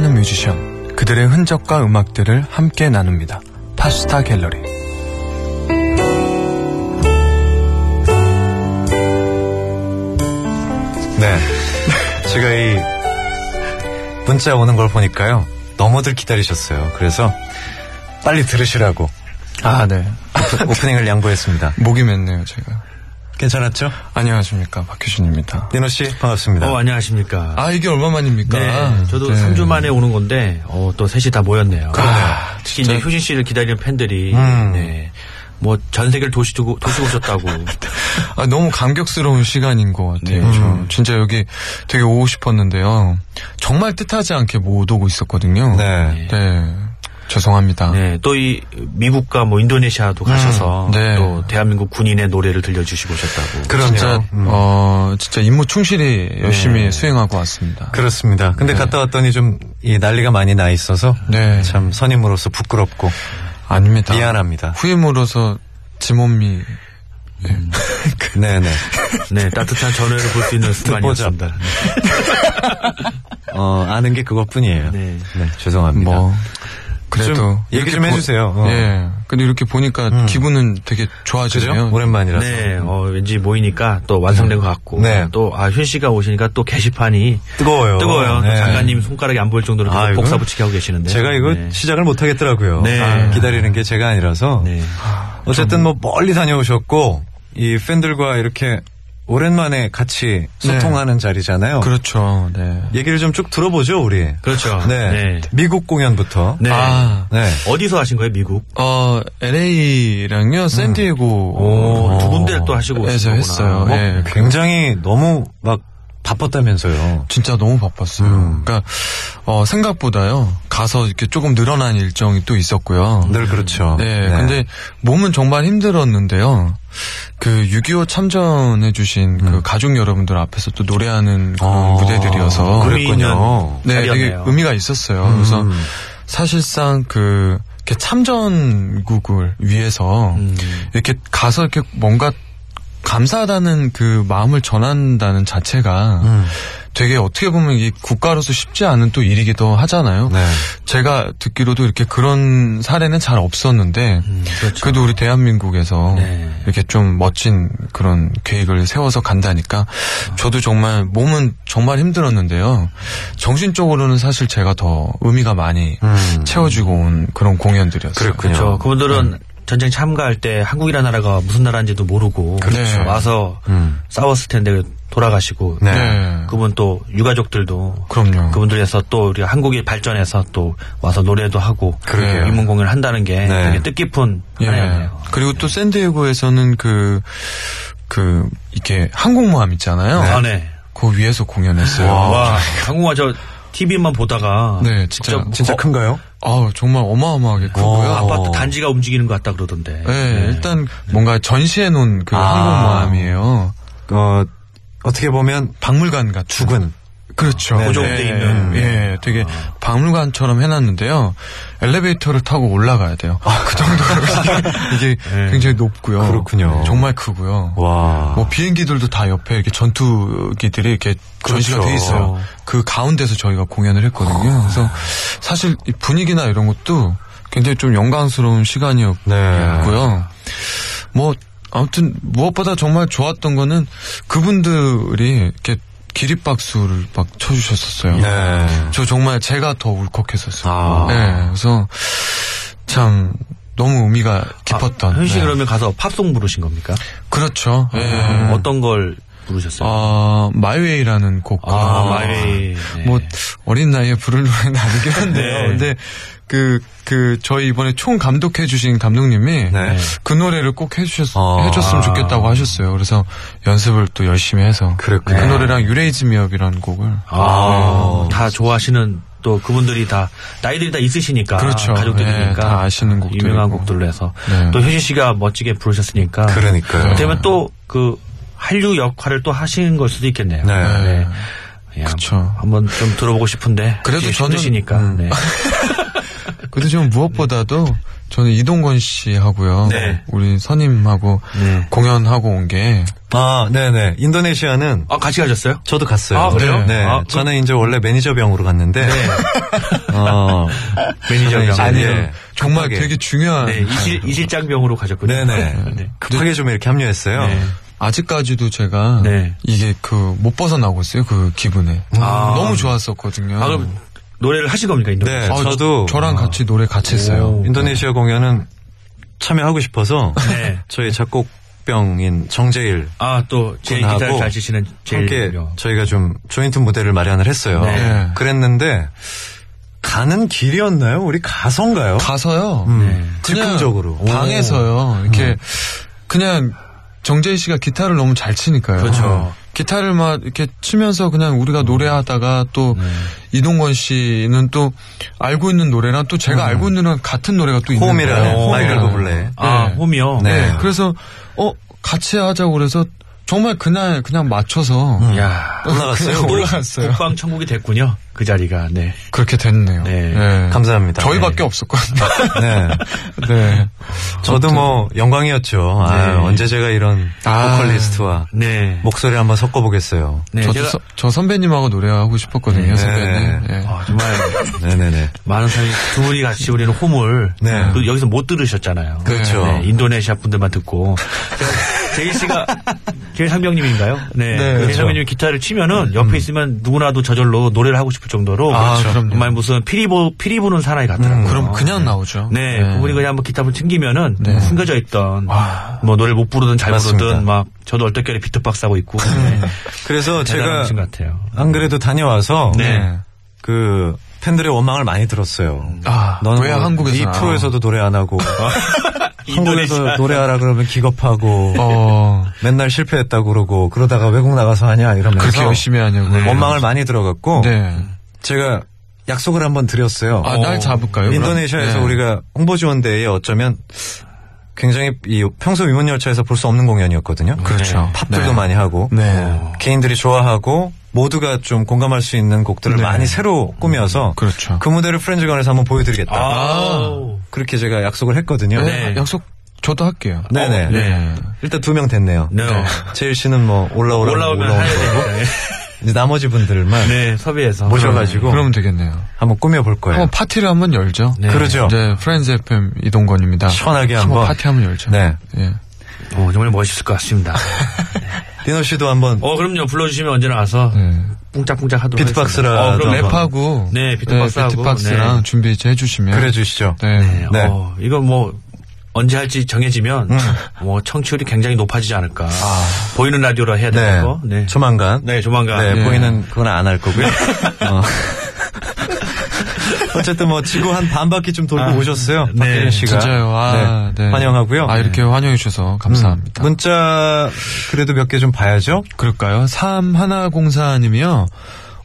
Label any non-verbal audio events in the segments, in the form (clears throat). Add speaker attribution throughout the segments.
Speaker 1: 뮤지션, 그들의 흔적과 음악들을 함께 나눕니다. 파스타 갤러리.
Speaker 2: 네. (laughs) 제가 이 문자 오는 걸 보니까요. 너무들 기다리셨어요. 그래서 빨리 들으시라고
Speaker 1: 아, 네.
Speaker 2: 오프닝을 양보했습니다.
Speaker 1: 목이 맸네요, 제가.
Speaker 2: 괜찮았죠? 네,
Speaker 1: 안녕하십니까, 박효신입니다.
Speaker 2: 디노 씨 반갑습니다.
Speaker 3: 어, 안녕하십니까.
Speaker 1: 아, 이게 얼마만입니까?
Speaker 2: 그러니까.
Speaker 3: 네, 저도 3주 만에 오는 건데, 어, 또 셋이 다 모였네요.
Speaker 1: 그러네요.
Speaker 3: 아, 특히 이제 효진 씨를 기다리는 팬들이,
Speaker 2: 음.
Speaker 3: 네, 뭐, 전 세계를 도시, 두고- 도시고
Speaker 2: (laughs)
Speaker 3: 오셨다고.
Speaker 2: 그렇죠.
Speaker 1: 아, 너무 감격스러운 시간인 것 같아요.
Speaker 2: 네.
Speaker 1: 저 진짜 여기 되게 오고 싶었는데요. 정말 뜻하지 않게 못 오고 있었거든요.
Speaker 2: 네.
Speaker 1: 네. 죄송합니다.
Speaker 3: 네, 또 이, 미국과 뭐,
Speaker 2: 음.
Speaker 3: 인도네시아도 가셔서,
Speaker 1: 네.
Speaker 3: 또, 대한민국 군인의 노래를 들려주시고 오셨다고.
Speaker 2: 그럼요.
Speaker 1: 진짜
Speaker 2: 음.
Speaker 1: 어 진짜 임무 충실히 열심히
Speaker 3: 네.
Speaker 1: 수행하고 왔습니다.
Speaker 2: 그렇습니다. 근데 갔다 왔더니 좀 이 난리가 많이 나 있어서
Speaker 1: 네.
Speaker 2: 참 선임으로서 부끄럽고
Speaker 1: 아닙니다.
Speaker 2: 미안합니다.
Speaker 1: 후임으로서 지몸미
Speaker 2: 네네.
Speaker 3: 네, 따뜻한 전화를 볼
Speaker 2: (laughs)
Speaker 3: 수 있는 순간이었습니다.
Speaker 2: 어, 아는 게 그것뿐이에요.
Speaker 3: 네.
Speaker 2: 죄송합니다.
Speaker 1: 뭐 그래도
Speaker 2: 음. 좀 얘기
Speaker 1: 이렇게
Speaker 2: 좀 해주세요. 어. 음.
Speaker 1: 예. 근데 이렇게 보니까 기분은 되게 좋아지네요.
Speaker 2: 그죠? 오랜만이라서.
Speaker 3: 네, 어, 왠지 모이니까 또 완성된 것 같고.
Speaker 2: 네.
Speaker 3: 또, 아, 효진 씨가 오시니까 또 게시판이
Speaker 2: 뜨거워요.
Speaker 3: 뜨거워요.
Speaker 2: 네.
Speaker 3: 작가님 손가락이 안 보일 정도로 계속
Speaker 2: 아이고.
Speaker 3: 복사 붙이게 하고 계시는데.
Speaker 2: 제가 이거
Speaker 3: 네.
Speaker 2: 시작을 못 하겠더라고요.
Speaker 3: 네.
Speaker 2: 아, 기다리는 게 제가 아니라서.
Speaker 3: 네.
Speaker 2: 어쨌든 뭐 멀리 다녀오셨고 이 팬들과 이렇게 오랜만에
Speaker 3: 네.
Speaker 2: 같이 소통하는 자리잖아요.
Speaker 1: 그렇죠. 네.
Speaker 2: 얘기를 좀 쭉 들어보죠, 우리.
Speaker 3: 그렇죠.
Speaker 2: 네.
Speaker 3: 네.
Speaker 2: 미국 공연부터.
Speaker 3: 네.
Speaker 1: 아.
Speaker 2: 네.
Speaker 3: 어디서 하신 거예요, 미국?
Speaker 1: 어 LA랑요 샌디에고
Speaker 3: 음. 오, 두 군데를 또 하시고
Speaker 1: 에서
Speaker 3: 오신
Speaker 1: 했어요.
Speaker 3: 거구나. 네,
Speaker 2: 뭐
Speaker 1: 예.
Speaker 2: 굉장히 너무 막 바빴다면서요.
Speaker 1: 진짜 너무 바빴어요.
Speaker 2: 음.
Speaker 1: 그러니까 어, 생각보다요 가서 이렇게 조금 늘어난 일정이 또 있었고요.
Speaker 2: 늘 그렇죠.
Speaker 1: 네, 근데 몸은 정말 힘들었는데요. 그 6.25 참전해주신
Speaker 3: 음.
Speaker 1: 그 가족 여러분들 앞에서 또 노래하는 그런
Speaker 2: 아,
Speaker 1: 무대들이어서
Speaker 2: 그랬군요.
Speaker 1: 네, 되게
Speaker 3: 자리였네요. 음.
Speaker 1: 의미가 있었어요.
Speaker 2: 음.
Speaker 1: 그래서 사실상 그 이렇게 참전국을 위해서
Speaker 3: 음.
Speaker 1: 이렇게 가서 이렇게 뭔가 감사하다는 그 마음을 전한다는 자체가
Speaker 2: 음.
Speaker 1: 되게 어떻게 보면 이 국가로서 쉽지 않은 또 일이기도 하잖아요.
Speaker 2: 네.
Speaker 1: 제가 듣기로도 이렇게 그런 사례는 잘 없었는데
Speaker 2: 음.
Speaker 3: 그렇죠.
Speaker 1: 그래도 우리 대한민국에서
Speaker 3: 네.
Speaker 1: 이렇게 좀 멋진 그런 계획을 세워서 간다니까 저도 정말 몸은 정말 힘들었는데요. 정신적으로는 사실 제가 더 의미가 많이
Speaker 2: 음.
Speaker 1: 채워주고 온 그런 공연들이었어요.
Speaker 2: 그랬군요. 네.
Speaker 3: 그렇죠. 그분들은 전쟁 참가할 때 한국이라는 나라가 무슨 나라인지도 모르고 네.
Speaker 1: 그렇죠.
Speaker 3: 와서
Speaker 2: 음.
Speaker 3: 싸웠을 텐데 그 돌아가시고
Speaker 2: 네. 그렇죠.
Speaker 1: 네.
Speaker 3: 그분 또 유가족들도
Speaker 1: 그럼요.
Speaker 3: 그분들에서 또 우리가 한국이 발전해서 또 와서 노래도 하고
Speaker 2: 그러게요.
Speaker 3: 인문 공연을 한다는 게
Speaker 2: 네.
Speaker 3: 되게 뜻깊은 하나였네요.
Speaker 1: 예. 그리고 또 샌디에고에서는 그, 그, 이렇게 항공모함 있잖아요.
Speaker 3: 아, 네.
Speaker 1: 그 위에서 공연했어요.
Speaker 3: 와, 한국아 저 TV만 보다가
Speaker 1: 네, 진짜.
Speaker 3: 직접
Speaker 2: 진짜
Speaker 3: 어,
Speaker 2: 큰가요?
Speaker 1: 아우, 정말 어마어마하게 크고요.
Speaker 3: 아파트 단지가 움직이는 것 같다 그러던데.
Speaker 1: 네,
Speaker 3: 네.
Speaker 1: 일단 뭔가 전시해 놓은 그
Speaker 2: 아.
Speaker 1: 항공모함이에요.
Speaker 2: 어, 어떻게 보면
Speaker 1: 박물관 같은.
Speaker 2: 죽은.
Speaker 1: 그- 그렇죠.
Speaker 2: 네,
Speaker 3: 고정돼
Speaker 1: 네,
Speaker 3: 있는.
Speaker 1: 예, 되게 박물관처럼 해놨는데요. 엘리베이터를 타고 올라가야 돼요. 그 정도로 이게 굉장히 높고요.
Speaker 2: 그렇군요.
Speaker 1: 정말 크고요.
Speaker 2: 와.
Speaker 1: 뭐 비행기들도 다 옆에 이렇게 전투기들이 이렇게 전시가
Speaker 2: 그렇죠. 아.
Speaker 1: 돼 있어요. 그 가운데서 저희가 공연을 했거든요. 그래서 사실 이 분위기나 이런 것도 굉장히 좀 영광스러운 시간이었고요.
Speaker 2: 네.
Speaker 1: 뭐 아무튼 무엇보다 정말 좋았던 거는 그분들이 이렇게 기립박수를 막 쳐주셨었어요.
Speaker 2: 네.
Speaker 1: 저 정말 제가 더 울컥했었어요.
Speaker 2: 아.
Speaker 1: 네, 그래서 참 너무 의미가 깊었던.
Speaker 3: 아, 현씨
Speaker 1: 네.
Speaker 3: 그러면 가서 팝송 부르신 겁니까?
Speaker 1: 그렇죠. 예.
Speaker 3: 음, 어떤 걸 부르셨어요?
Speaker 1: 아, 마이웨이라는 곡.
Speaker 3: 그렇죠. 아, 마이웨이. 네.
Speaker 1: 뭐, 어린 나이에 부를 노래는 (laughs) 아니긴 한데요.
Speaker 3: 네.
Speaker 1: 근데, 그, 그, 저희 이번에 총 감독해주신 감독님이
Speaker 2: 네.
Speaker 1: 그 노래를 꼭 해주셨,
Speaker 2: 아.
Speaker 1: 해줬으면 좋겠다고 하셨어요. 그래서 연습을 또 열심히 해서.
Speaker 2: 그랬군요.
Speaker 1: 그 노래랑 유레이즈미업이라는 곡을.
Speaker 3: 네. 아, 다 좋아하시는 또 그분들이 다 나이들이 다 있으시니까
Speaker 1: 그렇죠.
Speaker 3: 가족들이니까
Speaker 1: 네, 다 아시는 곡들이고.
Speaker 3: 유명한 곡들로 해서
Speaker 1: 네.
Speaker 3: 또 효진 씨가 멋지게 부르셨으니까
Speaker 2: 그러니까요.
Speaker 3: 되면 또 그 한류 역할을 또 하시는 걸 수도 있겠네요.
Speaker 2: 네.
Speaker 3: 야,
Speaker 1: 그쵸.
Speaker 3: 한번 좀 들어보고 싶은데
Speaker 1: 그래도 음.
Speaker 3: 이제
Speaker 1: 저는-
Speaker 3: 힘드시니까 네.
Speaker 1: 근데 좀 무엇보다도 저는 이동건 씨하고요.
Speaker 3: 네.
Speaker 1: 우리 선임하고
Speaker 3: 네.
Speaker 1: 공연하고 온 게
Speaker 2: 아, 네네. 인도네시아는
Speaker 3: 아, 같이 가셨어요?
Speaker 2: 저도 갔어요.
Speaker 3: 아, 그래요?
Speaker 2: 네.
Speaker 3: 아, 그-
Speaker 2: 저는 이제 원래 매니저병으로 갔는데.
Speaker 3: 네.
Speaker 2: 어,
Speaker 3: 매니저병.
Speaker 2: 저는 이제,
Speaker 3: 아니에요.
Speaker 2: 예,
Speaker 1: 정말
Speaker 2: 급하게.
Speaker 1: 되게 중요한 (laughs)
Speaker 3: 네, 이실, 이실장병으로 가셨군요.
Speaker 2: 네네.
Speaker 3: 네.
Speaker 2: 급하게 좀 이렇게 합류했어요.
Speaker 3: 네.
Speaker 1: 아직까지도 제가
Speaker 3: 네.
Speaker 1: 이게 그 못 벗어나고 있어요 그 기분에
Speaker 3: 아.
Speaker 1: 너무 좋았었거든요.
Speaker 3: 아, 그럼 노래를 하신 겁니까, 인도?
Speaker 2: 네,
Speaker 1: 아,
Speaker 2: 저도
Speaker 1: 저랑 같이 노래 같이 했어요.
Speaker 3: 오.
Speaker 2: 인도네시아 공연은 참여하고 싶어서
Speaker 3: 네.
Speaker 2: 저희 작곡병인 정재일
Speaker 3: 아, 또, 제
Speaker 2: 군하고
Speaker 3: 기타를 잘 치시는 제일.
Speaker 2: 함께
Speaker 3: 유명.
Speaker 2: 저희가 좀 조인트 무대를 마련을 했어요.
Speaker 3: 네.
Speaker 2: 그랬는데 가는 길이었나요? 우리 가선가요?
Speaker 1: 가서요.
Speaker 2: 음,
Speaker 3: 네.
Speaker 1: 그냥
Speaker 2: 즉흥적으로
Speaker 1: 방에서요. 이렇게 그냥 정재희 씨가 기타를 너무 잘 치니까요.
Speaker 3: 그렇죠.
Speaker 1: 기타를 막 이렇게 치면서 그냥 우리가 노래하다가 또 이동건 씨는 또 알고 있는 노래랑 또 제가 알고 있는 노래랑 같은 노래가 또 있는
Speaker 2: 호음이라는
Speaker 1: 거예요.
Speaker 2: 마이클
Speaker 1: 호음이라는.
Speaker 2: 버블레.
Speaker 3: 아,
Speaker 1: 어. 네.
Speaker 3: 홈이요?
Speaker 1: 네.
Speaker 2: 네.
Speaker 1: 그래서 어 같이 하자고 그래서 정말 그날 그냥 맞춰서
Speaker 2: 음.
Speaker 3: 야
Speaker 2: 올라갔어요.
Speaker 1: 올라갔어요.
Speaker 3: 네. 국방 천국이 됐군요. 그 자리가, 네.
Speaker 1: (laughs) 그렇게 됐네요.
Speaker 3: 네.
Speaker 2: 감사합니다.
Speaker 1: 저희밖에
Speaker 2: 네.
Speaker 1: 없었거든요.
Speaker 2: (laughs) 네.
Speaker 1: (laughs) 네.
Speaker 2: 저도 뭐 영광이었죠. 아,
Speaker 3: 네.
Speaker 2: 언제 제가 이런
Speaker 1: 아.
Speaker 2: 보컬리스트와
Speaker 3: 네.
Speaker 2: 목소리 한번 섞어보겠어요.
Speaker 3: 네,
Speaker 1: 저도
Speaker 3: 제가,
Speaker 1: 서- 저 선배님하고 노래하고 싶었거든요,
Speaker 2: 네.
Speaker 1: 선배님. 예.
Speaker 3: 아, 정말,
Speaker 2: 네네네.
Speaker 3: 많은 사람이, 두 분이 같이 우리는 홈을,
Speaker 2: 네.
Speaker 3: 그 여기서 못 들으셨잖아요.
Speaker 2: 그렇죠.
Speaker 3: 네, 인도네시아 분들만 듣고. 제일 씨가, 제일 상병님인가요? 네.
Speaker 1: 네,
Speaker 3: 제일
Speaker 1: 그렇죠.
Speaker 3: 상병님 기타를 치면은, 옆에 있으면 누구나도 저절로 노래를 하고 싶을 정도로.
Speaker 1: 아, 그렇죠. 그럼요.
Speaker 3: 정말 무슨 피리, 보, 피리 부는 사나이 같더라고요.
Speaker 1: 그럼 그냥 나오죠.
Speaker 3: 네, 그분이 그냥 한번 기타를 튕기면은 숨겨져 있던
Speaker 1: 와.
Speaker 3: 뭐 노래를 못 부르든 잘
Speaker 2: 맞습니다.
Speaker 3: 부르든 막 저도 얼떨결에 비트박스 하고 있고
Speaker 2: 그래서
Speaker 3: 제가
Speaker 2: 제가
Speaker 3: 신 같아요.
Speaker 2: 안 그래도 다녀와서
Speaker 3: 네.
Speaker 2: 그 팬들의 원망을 많이 들었어요.
Speaker 1: 아,
Speaker 2: 너는
Speaker 1: 왜
Speaker 2: 뭐
Speaker 1: 한국에서?
Speaker 2: 이
Speaker 1: 나와?
Speaker 2: 프로에서도 노래
Speaker 1: (laughs)
Speaker 2: 안 하고 한국에서
Speaker 3: 인도네시아.
Speaker 2: 노래하라 그러면 기겁하고 (laughs)
Speaker 1: 어,
Speaker 2: 맨날 실패했다고 그러고 그러다가 외국 나가서 하냐 이러면서
Speaker 1: 그렇게 열심히 하냐고.
Speaker 3: 네.
Speaker 2: 원망을 많이 들어갔고
Speaker 1: 네.
Speaker 2: 제가 약속을 한번 드렸어요.
Speaker 1: 아, 날 잡을까요? 그럼?
Speaker 2: 인도네시아에서
Speaker 1: 네.
Speaker 2: 우리가 홍보 지원대에 어쩌면 굉장히 이 평소 위문 열차에서 볼 수 없는 공연이었거든요.
Speaker 1: 그렇죠.
Speaker 2: 팝들도
Speaker 1: 네.
Speaker 2: 많이 하고
Speaker 1: 네.
Speaker 2: 개인들이 좋아하고 모두가 좀 공감할 수 있는 곡들을
Speaker 1: 네.
Speaker 2: 많이 새로 꾸며서
Speaker 1: 그렇죠.
Speaker 2: 그 무대를 프렌즈관에서 한번 보여드리겠다.
Speaker 3: 아우.
Speaker 2: 그렇게 제가 약속을 했거든요.
Speaker 1: 네. 약속 저도 할게요.
Speaker 2: 네네.
Speaker 1: 네.
Speaker 2: 일단 두 명 됐네요.
Speaker 3: 네.
Speaker 2: 제일 씨는 뭐 올라오라고
Speaker 3: 올라오면
Speaker 2: 올라오는
Speaker 3: 해야
Speaker 2: 거고
Speaker 3: 되니까.
Speaker 2: 이제 나머지 분들만
Speaker 3: 네, 섭외해서
Speaker 2: 모셔가지고
Speaker 1: 그러면 되겠네요.
Speaker 2: 한번 꾸며볼 거예요.
Speaker 1: 한번 파티를 한번 열죠.
Speaker 3: 네.
Speaker 2: 그러죠.
Speaker 1: 어. 네, 프렌즈 FM 이동건입니다.
Speaker 2: 그렇죠. 시원하게 한번.
Speaker 1: 파티 한번 열죠.
Speaker 2: 네.
Speaker 1: 예.
Speaker 3: 어, 정말 멋있을 것 같습니다.
Speaker 2: 디노 씨도 한번
Speaker 3: (laughs) 어, 그럼요. 불러주시면 언제나 와서
Speaker 1: 네.
Speaker 3: 뿡짝뿡짝 하도록
Speaker 2: 비트박스라도
Speaker 3: 하겠습니다. 어, 그럼
Speaker 2: 한번.
Speaker 1: 랩하고
Speaker 3: 랩하고 네, 비트박스하고,
Speaker 1: 비트박스랑
Speaker 3: 네.
Speaker 1: 준비 이제 해주시면
Speaker 2: 그래 주시죠.
Speaker 1: 네.
Speaker 3: 네,
Speaker 2: 네. 음.
Speaker 3: 어, 이거 뭐 언제 할지 정해지면 뭐 청취율이 굉장히 높아지지 않을까. 보이는 라디오라 해야
Speaker 2: 네.
Speaker 3: 되는 거. 네.
Speaker 2: 조만간.
Speaker 3: 네, 조만간.
Speaker 2: 네,
Speaker 1: 네.
Speaker 2: 보이는 그건 안 할 거고요. 어. (laughs) 쨌든뭐 지구 한 반 바퀴 좀 돌고 오셨어요.
Speaker 3: 네,
Speaker 2: 박혜린 씨가.
Speaker 1: 진짜요. 아, 네.
Speaker 2: 환영하고요.
Speaker 1: 아, 이렇게 환영해 주셔서 감사합니다.
Speaker 2: 문자 그래도 몇 개 좀 봐야죠.
Speaker 1: 그럴까요? 3104님이요.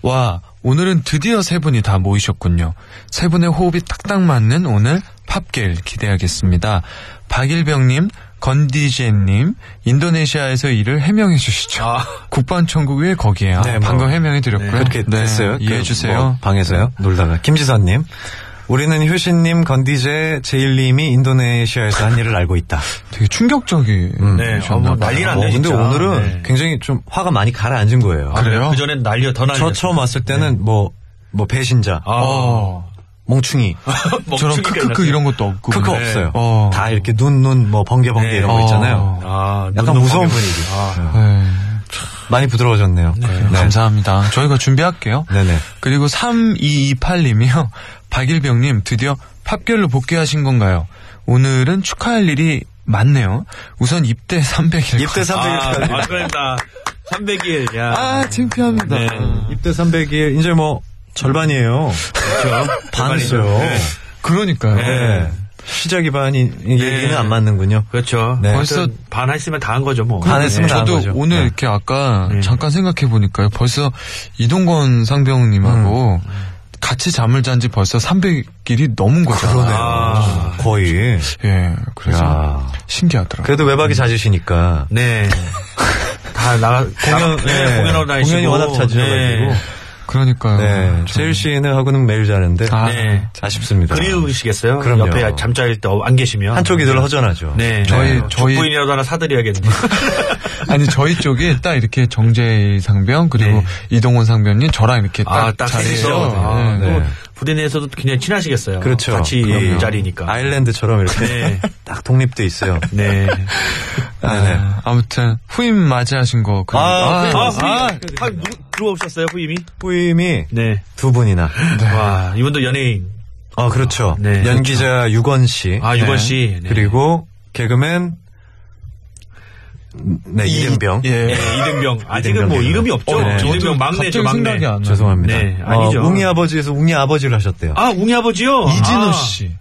Speaker 1: 와, 오늘은 드디어 세 분이 다 모이셨군요. 세 분의 호흡이 딱딱 맞는 오늘 팝길 기대하겠습니다. 박일병님, 건디젠님, 인도네시아에서 일을 해명해 주시죠. 국방천국 왜 거기야?
Speaker 2: 네, 뭐.
Speaker 1: 방금 해명해 드렸고요. 네,
Speaker 2: 그렇게 됐어요.
Speaker 1: 이해해
Speaker 2: 그
Speaker 1: 주세요.
Speaker 2: 뭐 방에서요. 놀다가 김지선님. 우리는 효신님, 건디제, 제일님이 인도네시아에서 한 일을 알고 있다.
Speaker 1: 되게 충격적이.
Speaker 3: 네, 어, 뭐 난리
Speaker 2: 어,
Speaker 3: 났네.
Speaker 2: 근데
Speaker 3: 진짜.
Speaker 2: 오늘은
Speaker 3: 네.
Speaker 2: 굉장히 좀 화가 많이 가라앉은 거예요.
Speaker 1: 아, 그래요?
Speaker 3: 그 전에 날려 더 아, 날려.
Speaker 2: 저 처음 왔을
Speaker 3: 네.
Speaker 2: 때는 뭐, 뭐 배신자,
Speaker 3: (laughs)
Speaker 2: 뭐
Speaker 1: 어.
Speaker 2: 멍충이,
Speaker 3: 아,
Speaker 1: 저런
Speaker 2: 그,
Speaker 1: 크크크 이런 것도 없고.
Speaker 2: 크크
Speaker 1: 네.
Speaker 2: 없어요.
Speaker 1: 어.
Speaker 2: 다 이렇게 눈, 눈, 뭐 번개, 번개
Speaker 3: 네.
Speaker 2: 이런 거
Speaker 1: 어.
Speaker 2: 있잖아요.
Speaker 3: 아,
Speaker 2: 약간
Speaker 3: 눈
Speaker 2: 무서운
Speaker 3: 녹아요.
Speaker 2: 분위기.
Speaker 3: 아.
Speaker 1: 네.
Speaker 2: 많이 부드러워졌네요. 네.
Speaker 1: 감사합니다. 저희가 준비할게요.
Speaker 2: 네네.
Speaker 1: 그리고 3228님이요. (laughs) 박일병님, 드디어 팝결로 복귀하신 건가요? 오늘은 축하할 일이 많네요. 우선 입대 300일.
Speaker 2: 입대 300일.
Speaker 3: 아, 축하합니다. 300일. 야.
Speaker 1: 아, 창피합니다.
Speaker 3: 네.
Speaker 2: 입대 300일, 이제 뭐,
Speaker 3: (laughs)
Speaker 2: 절반이에요.
Speaker 3: 그렇죠.
Speaker 2: 반했어요.
Speaker 3: 네.
Speaker 1: 그러니까요.
Speaker 2: 네. 시작 기반이,
Speaker 3: 네.
Speaker 2: 얘기는 안 맞는군요.
Speaker 3: 그렇죠.
Speaker 2: 네.
Speaker 3: 벌써 반 했으면 다 한 거죠, 뭐.
Speaker 2: 반 했으면 다한
Speaker 1: 저도
Speaker 2: 거죠.
Speaker 1: 오늘
Speaker 2: 네.
Speaker 1: 이렇게 아까 잠깐 생각해 보니까요. 벌써 이동건 상병님하고
Speaker 2: 음.
Speaker 1: 같이 잠을 잔 지 벌써 300일이 넘은 거잖아요.
Speaker 3: 아.
Speaker 2: 거의.
Speaker 1: 예, 그래서
Speaker 2: 야.
Speaker 1: 신기하더라고요.
Speaker 2: 그래도
Speaker 3: 음.
Speaker 2: 외박이 잦으시니까.
Speaker 3: 네. 다 나가 공연
Speaker 2: 네,
Speaker 3: 아, 공연하고 네. 다니시고
Speaker 2: 공연이 워낙 잦으셔가지고.
Speaker 1: 그러니까요.
Speaker 2: 네.
Speaker 1: 저는-
Speaker 2: (laughs) 제일 씨는 하고는 매일 자는데.
Speaker 1: 아,
Speaker 3: 아, 네.
Speaker 2: 아쉽습니다.
Speaker 3: 그리우시겠어요?
Speaker 2: 그럼요.
Speaker 3: 옆에 잠자일 때 안 계시면.
Speaker 2: 한쪽이 늘 허전하죠.
Speaker 3: 네.
Speaker 1: 저희-
Speaker 3: 네.
Speaker 1: 저희-
Speaker 3: 죽부인이라도 하나 사드려야겠네요.
Speaker 1: 아니 저희 쪽이 딱 이렇게 정재희 상병 그리고
Speaker 3: 네.
Speaker 1: 이동원 상병님 저랑 이렇게
Speaker 3: 아,
Speaker 1: 딱,
Speaker 3: 딱
Speaker 1: 자리에서
Speaker 3: 셋이서.
Speaker 1: 네.
Speaker 3: 아,
Speaker 2: 네.
Speaker 3: 그럼 부대 내에서도 그냥 친하시겠어요.
Speaker 2: 그렇죠.
Speaker 3: 같이
Speaker 2: 그럼요.
Speaker 3: 이 자리니까.
Speaker 2: 아일랜드처럼 이렇게
Speaker 3: 네.
Speaker 2: (laughs) 딱 독립돼 있어요.
Speaker 3: 네.
Speaker 2: 네네.
Speaker 1: 아, 아무튼 후임 맞이하신 거 그리고-
Speaker 2: 아, 후임
Speaker 3: 아,
Speaker 2: 아,
Speaker 3: 후임. 아, 누, 들어오셨어요, 후임이?
Speaker 2: 후임이
Speaker 3: 네.
Speaker 2: 두 분이나.
Speaker 3: 와, 이분도 연예인.
Speaker 2: 아 그렇죠.
Speaker 3: 네,
Speaker 2: 연기자 유건 씨.
Speaker 3: 아, 유건 씨. 네.
Speaker 2: 그리고 개그맨 네 이은병.
Speaker 3: 네,
Speaker 1: 예.
Speaker 3: 이등병. 아직은 뭐
Speaker 2: 이등병.
Speaker 3: 이름이 없죠.
Speaker 2: 어, 네.
Speaker 1: 저도
Speaker 3: 이등병 막내죠,
Speaker 1: 갑자기
Speaker 3: 막내.
Speaker 1: 생각이 안 나요.
Speaker 2: 죄송합니다.
Speaker 3: 네,
Speaker 2: 어,
Speaker 3: 아니죠.
Speaker 2: 웅이 아버지에서 웅이 아버지를 하셨대요.
Speaker 3: 아, 웅이 아버지요?
Speaker 1: 이진호
Speaker 3: 아.
Speaker 1: 씨,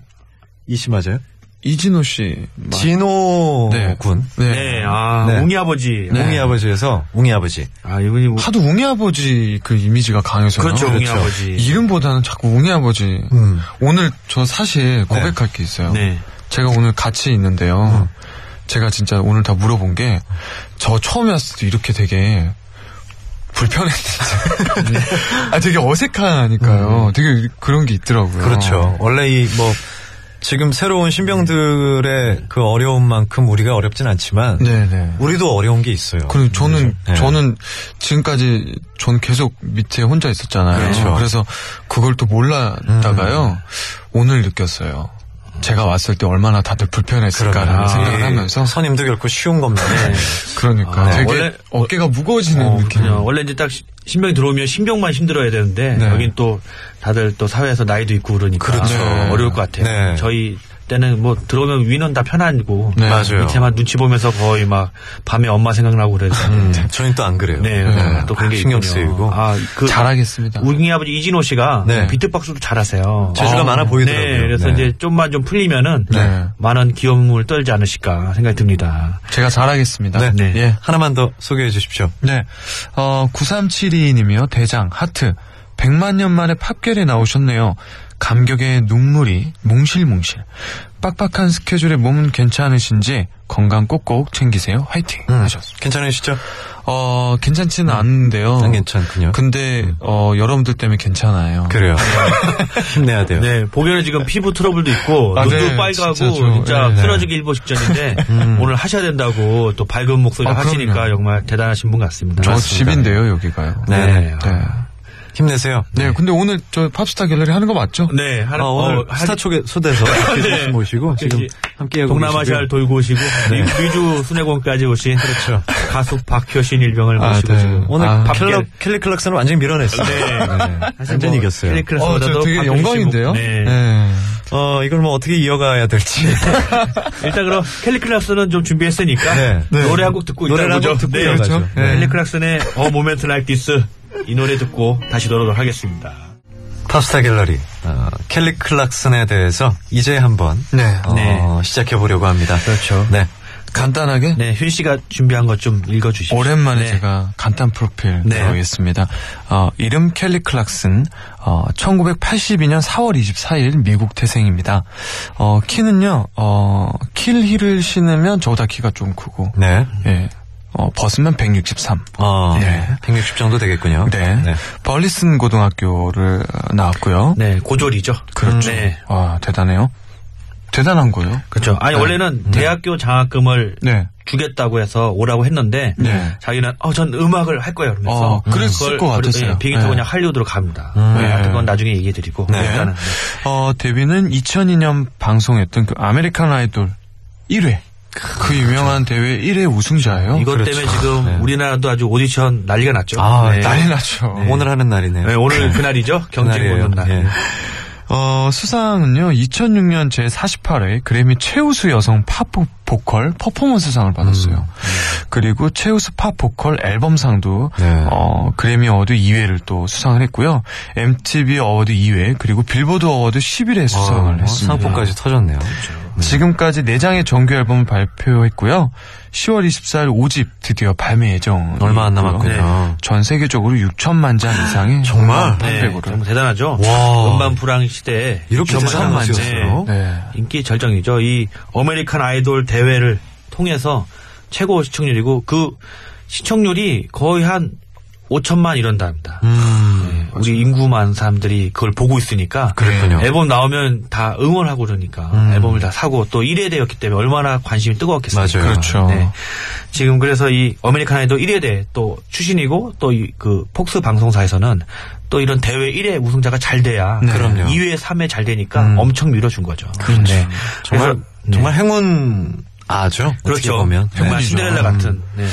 Speaker 2: 이씨 맞아요?
Speaker 1: 이진호 씨, 마-
Speaker 2: 진호
Speaker 1: 네.
Speaker 2: 군.
Speaker 1: 네.
Speaker 3: 네, 아,
Speaker 2: 네.
Speaker 3: 웅이 아버지.
Speaker 2: 웅이 아버지에서 웅이 아버지.
Speaker 3: 아, 이분이. 우-
Speaker 1: 하도 웅이 아버지 그 이미지가 강해서
Speaker 3: 그렇죠, 웅이 아버지.
Speaker 1: 이름보다는 자꾸 웅이 아버지.
Speaker 2: 음.
Speaker 1: 오늘 저 사실 고백할 게 있어요.
Speaker 3: 네.
Speaker 1: 제가 오늘 같이
Speaker 2: 음.
Speaker 1: 있는데요. 제가 진짜 오늘 다 물어본 게 저 처음에 왔을 때 이렇게 되게 불편했는데. (laughs)
Speaker 2: 음.
Speaker 1: 아 되게 어색하니까요. 되게 그런 게 있더라고요. 어.
Speaker 2: 그렇죠. 원래 이 뭐 지금 새로운 신병들의 그 어려움만큼 우리가 어렵진 않지만
Speaker 1: 네네.
Speaker 2: 우리도 어려운 게 있어요.
Speaker 1: 그리고 저는
Speaker 2: 네.
Speaker 1: 저는 지금까지 전 계속 밑에 혼자 있었잖아요.
Speaker 2: 그렇죠.
Speaker 1: 그래서 그걸 또 몰랐다가요.
Speaker 2: 음.
Speaker 1: 오늘 느꼈어요. 제가 왔을 때 얼마나 다들 불편했을까라는
Speaker 2: 그러면,
Speaker 1: 그러니까 생각을
Speaker 2: 예,
Speaker 1: 하면서
Speaker 2: 선임도 결코 쉬운 겁니다.
Speaker 3: 네.
Speaker 2: 네.
Speaker 1: 그러니까
Speaker 3: 아,
Speaker 1: 되게
Speaker 3: 원래-
Speaker 1: 어깨가 무거워지는
Speaker 3: 어,
Speaker 1: 느낌.
Speaker 3: 그렇군요. 원래 이제 딱 시- 신병이 들어오면 신병만 힘들어야 되는데
Speaker 1: 네.
Speaker 3: 여긴 또 다들 또 사회에서 나이도 있고 그러니까
Speaker 2: 그렇죠.
Speaker 3: 네. 어려울 것 같아요.
Speaker 2: 네.
Speaker 3: 저희 때는 뭐 들어오면 위는 다 편안고
Speaker 1: 네.
Speaker 2: 맞아요.
Speaker 3: 밑에만 눈치 보면서 거의 막 밤에 엄마 생각나고 그래서
Speaker 2: 음, 저희는 또 안 그래요.
Speaker 3: 네, 또 그런 게
Speaker 2: 신경
Speaker 3: 있군요.
Speaker 2: 쓰이고.
Speaker 3: 아, 그
Speaker 1: 잘하겠습니다.
Speaker 3: 우리 아버지 이진호 씨가
Speaker 2: 네.
Speaker 3: 비트박스도 잘하세요.
Speaker 2: 재주가
Speaker 3: 아,
Speaker 2: 많아 보이더라고요.
Speaker 3: 네, 그래서
Speaker 2: 네.
Speaker 3: 이제 좀만 좀 풀리면은
Speaker 1: 네.
Speaker 3: 많은 귀여움을 떨지 않으실까 생각이 듭니다.
Speaker 1: 제가 잘하겠습니다.
Speaker 2: 네.
Speaker 3: 네.
Speaker 1: 예.
Speaker 2: 하나만 더 소개해 주십시오.
Speaker 1: 네. 어, 9372님이요. 대장, 하트. 100만 년 만에 팝결이 나오셨네요. 감격의 눈물이 몽실몽실. 빡빡한 스케줄에 몸은 괜찮으신지 건강 꼭꼭 챙기세요. 화이팅.
Speaker 2: 음.
Speaker 1: 하셨습니다.
Speaker 2: 괜찮으시죠?
Speaker 1: 어, 괜찮지는 않은데요.
Speaker 2: 음, 안 괜찮군요.
Speaker 1: 근데, 어, 여러분들 때문에 괜찮아요.
Speaker 2: 그래요. (laughs) 힘내야 돼요.
Speaker 3: 네, 보기에는 지금 피부 트러블도 있고
Speaker 1: 아,
Speaker 3: 눈도
Speaker 1: 네,
Speaker 3: 빨갛고
Speaker 1: 진짜
Speaker 3: 진짜,
Speaker 1: 저, 네, 네.
Speaker 3: 쓰러지기 일보 직전인데 오늘 하셔야 된다고 또 밝은 목소리
Speaker 1: 아,
Speaker 3: 하시니까
Speaker 1: 그럼요.
Speaker 3: 정말 대단하신 분 같습니다.
Speaker 1: 저
Speaker 2: 맞습니다.
Speaker 1: 집인데요, 여기가요.
Speaker 2: 네.
Speaker 3: 네.
Speaker 1: 네.
Speaker 2: 힘내세요.
Speaker 1: 네, 근데 오늘 저 팝스타 갤러리 하는 거 맞죠?
Speaker 3: 네, 한,
Speaker 2: 아, 오늘
Speaker 3: 어, 한-
Speaker 2: 스타 초대 소대서
Speaker 3: 네.
Speaker 2: 모시고 지금
Speaker 3: 그치.
Speaker 2: 함께 하고
Speaker 3: 동남아시아를
Speaker 2: 계시고요.
Speaker 3: 돌고 오시고 미주 순회공까지 오신 그렇죠. 가수 박효신 일병을
Speaker 1: 아,
Speaker 3: 모시고
Speaker 1: 네.
Speaker 3: 지금
Speaker 2: 오늘
Speaker 1: 아,
Speaker 2: 켈러 켈리 클락슨을 완전히 밀어냈어요.
Speaker 3: 네.
Speaker 2: 네.
Speaker 3: 아,
Speaker 2: 완전히 이겼어요.
Speaker 1: 어, 저 되게 영광인데요.
Speaker 2: 뭐,
Speaker 3: 네.
Speaker 1: 네.
Speaker 2: 어, 이걸 뭐 어떻게 이어가야 될지.
Speaker 3: 일단 그럼 켈리 클락슨은 좀 준비했으니까
Speaker 2: 네. 네.
Speaker 3: 노래 한 곡 듣고
Speaker 2: 노래를
Speaker 3: 일단
Speaker 2: 한곡
Speaker 3: 보죠.
Speaker 2: 듣고
Speaker 3: 네.
Speaker 2: 이어가죠.
Speaker 3: 그렇죠.
Speaker 1: 네.
Speaker 3: 켈리 클락슨의 A Moment Like This 이 노래 듣고 다시 돌아오도록 하겠습니다.
Speaker 2: 팝스타 갤러리 어, 켈리 클락슨에 대해서 이제 한번
Speaker 1: 네.
Speaker 2: 어,
Speaker 3: 네.
Speaker 2: 시작해 보려고 합니다.
Speaker 3: 그렇죠.
Speaker 2: 네.
Speaker 1: 간단하게
Speaker 3: 네, 현 씨가 준비한 것 좀 읽어주시죠.
Speaker 1: 오랜만에
Speaker 3: 네.
Speaker 1: 제가 간단 프로필
Speaker 3: 네.
Speaker 1: 들어보겠습니다. 어, 이름 켈리 클락슨, 어, 1982년 4월 24일 미국 태생입니다. 어, 키는요, 어, 킬힐을 신으면 저보다 키가 좀 크고,
Speaker 2: 네.
Speaker 1: 예, 어, 벗으면 163.
Speaker 2: 어,
Speaker 1: 네.
Speaker 2: 160 정도 되겠군요.
Speaker 1: 네. 벌리슨 고등학교를 나왔고요.
Speaker 3: 네, 고졸이죠.
Speaker 1: 그렇죠.
Speaker 3: 네.
Speaker 1: 와, 대단해요. 대단한 거예요.
Speaker 3: 그렇죠.
Speaker 2: 네.
Speaker 3: 아니 원래는 대학교 장학금을
Speaker 1: 네.
Speaker 3: 주겠다고 해서 오라고 했는데
Speaker 1: 네.
Speaker 3: 자기는 어 전 음악을 할 거예요. 그러면서
Speaker 1: 어, 그랬을
Speaker 3: 그걸
Speaker 1: 것 같았어요.
Speaker 3: 예, 비행기 타고
Speaker 1: 네.
Speaker 3: 그냥 한류도로 갑니다.
Speaker 1: 네.
Speaker 3: 네. 하여튼 그건 나중에 얘기해드리고
Speaker 2: 네.
Speaker 3: 일단은
Speaker 1: 어, 데뷔는 2002년 방송했던 그 아메리칸 아이돌 1회. 그 유명한 대회 1회 우승자예요.
Speaker 3: 이것
Speaker 2: 그렇죠.
Speaker 3: 때문에 지금
Speaker 2: 네.
Speaker 3: 우리나라도 아주 오디션 난리가 났죠.
Speaker 2: 아,
Speaker 3: 네.
Speaker 1: 난리 났죠.
Speaker 2: 오늘 하는 날이네요.
Speaker 3: 네, 오늘 그날이죠. 경쟁
Speaker 2: 그날이에요.
Speaker 3: 보는 날.
Speaker 2: 예.
Speaker 1: 어, 수상은요, 2006년 제48회 그래미 최우수 여성 팝 보- 보컬 퍼포먼스상을 받았어요.
Speaker 2: 음.
Speaker 1: 그리고 최우수 팝 보컬 앨범상도,
Speaker 2: 네.
Speaker 1: 어, 그래미 어워드 2회를 또 수상을 했고요. MTV 어워드 2회, 그리고 빌보드 어워드 10일에 수상을
Speaker 2: 어,
Speaker 1: 했습니다.
Speaker 2: 상품까지 터졌네요.
Speaker 1: 지금까지 4장의 정규 앨범을 발표했고요. 10월 24일 5집 드디어 발매 예정.
Speaker 2: 얼마 안 남았군요.
Speaker 1: 전 세계적으로 6천만 장 이상의
Speaker 2: 정말?
Speaker 1: 판매
Speaker 3: 네,
Speaker 1: 판매고를.
Speaker 3: 정말 대단하죠.
Speaker 2: 와.
Speaker 3: 음반 불황 시대에
Speaker 2: 이렇게
Speaker 3: 정말
Speaker 2: 세상
Speaker 3: 많이
Speaker 2: 만지였어요?
Speaker 3: 네.
Speaker 1: 네.
Speaker 3: 인기 절정이죠. 이 아메리칸 아이돌 대회를 통해서 최고 시청률이고 그 시청률이 거의 한 5천만 이런답니다.
Speaker 1: 음.
Speaker 3: 네, 우리 인구 많은 사람들이 그걸 보고 있으니까
Speaker 1: 그렇군요.
Speaker 3: 앨범 나오면 다 응원하고 그러니까 앨범을 다 사고 또 1회대였기 때문에 얼마나 관심이 뜨거웠겠습니까. 네.
Speaker 2: 맞아요.
Speaker 1: 그렇죠.
Speaker 3: 지금 그래서 이 어메리카나에도 1회대 또 출신이고 또 그 폭스 방송사에서는 또 이런 대회 1회 우승자가 잘 돼야
Speaker 1: 네. 그럼요.
Speaker 3: 2회, 3회 잘 되니까 엄청 밀어준 거죠. 네.
Speaker 2: 정말
Speaker 3: 그래서, 네.
Speaker 2: 정말 행운 아죠. 어떻게
Speaker 3: 그렇죠.
Speaker 2: 보면
Speaker 3: 정말
Speaker 1: 행운이죠.
Speaker 3: 신데렐라 같은. 네.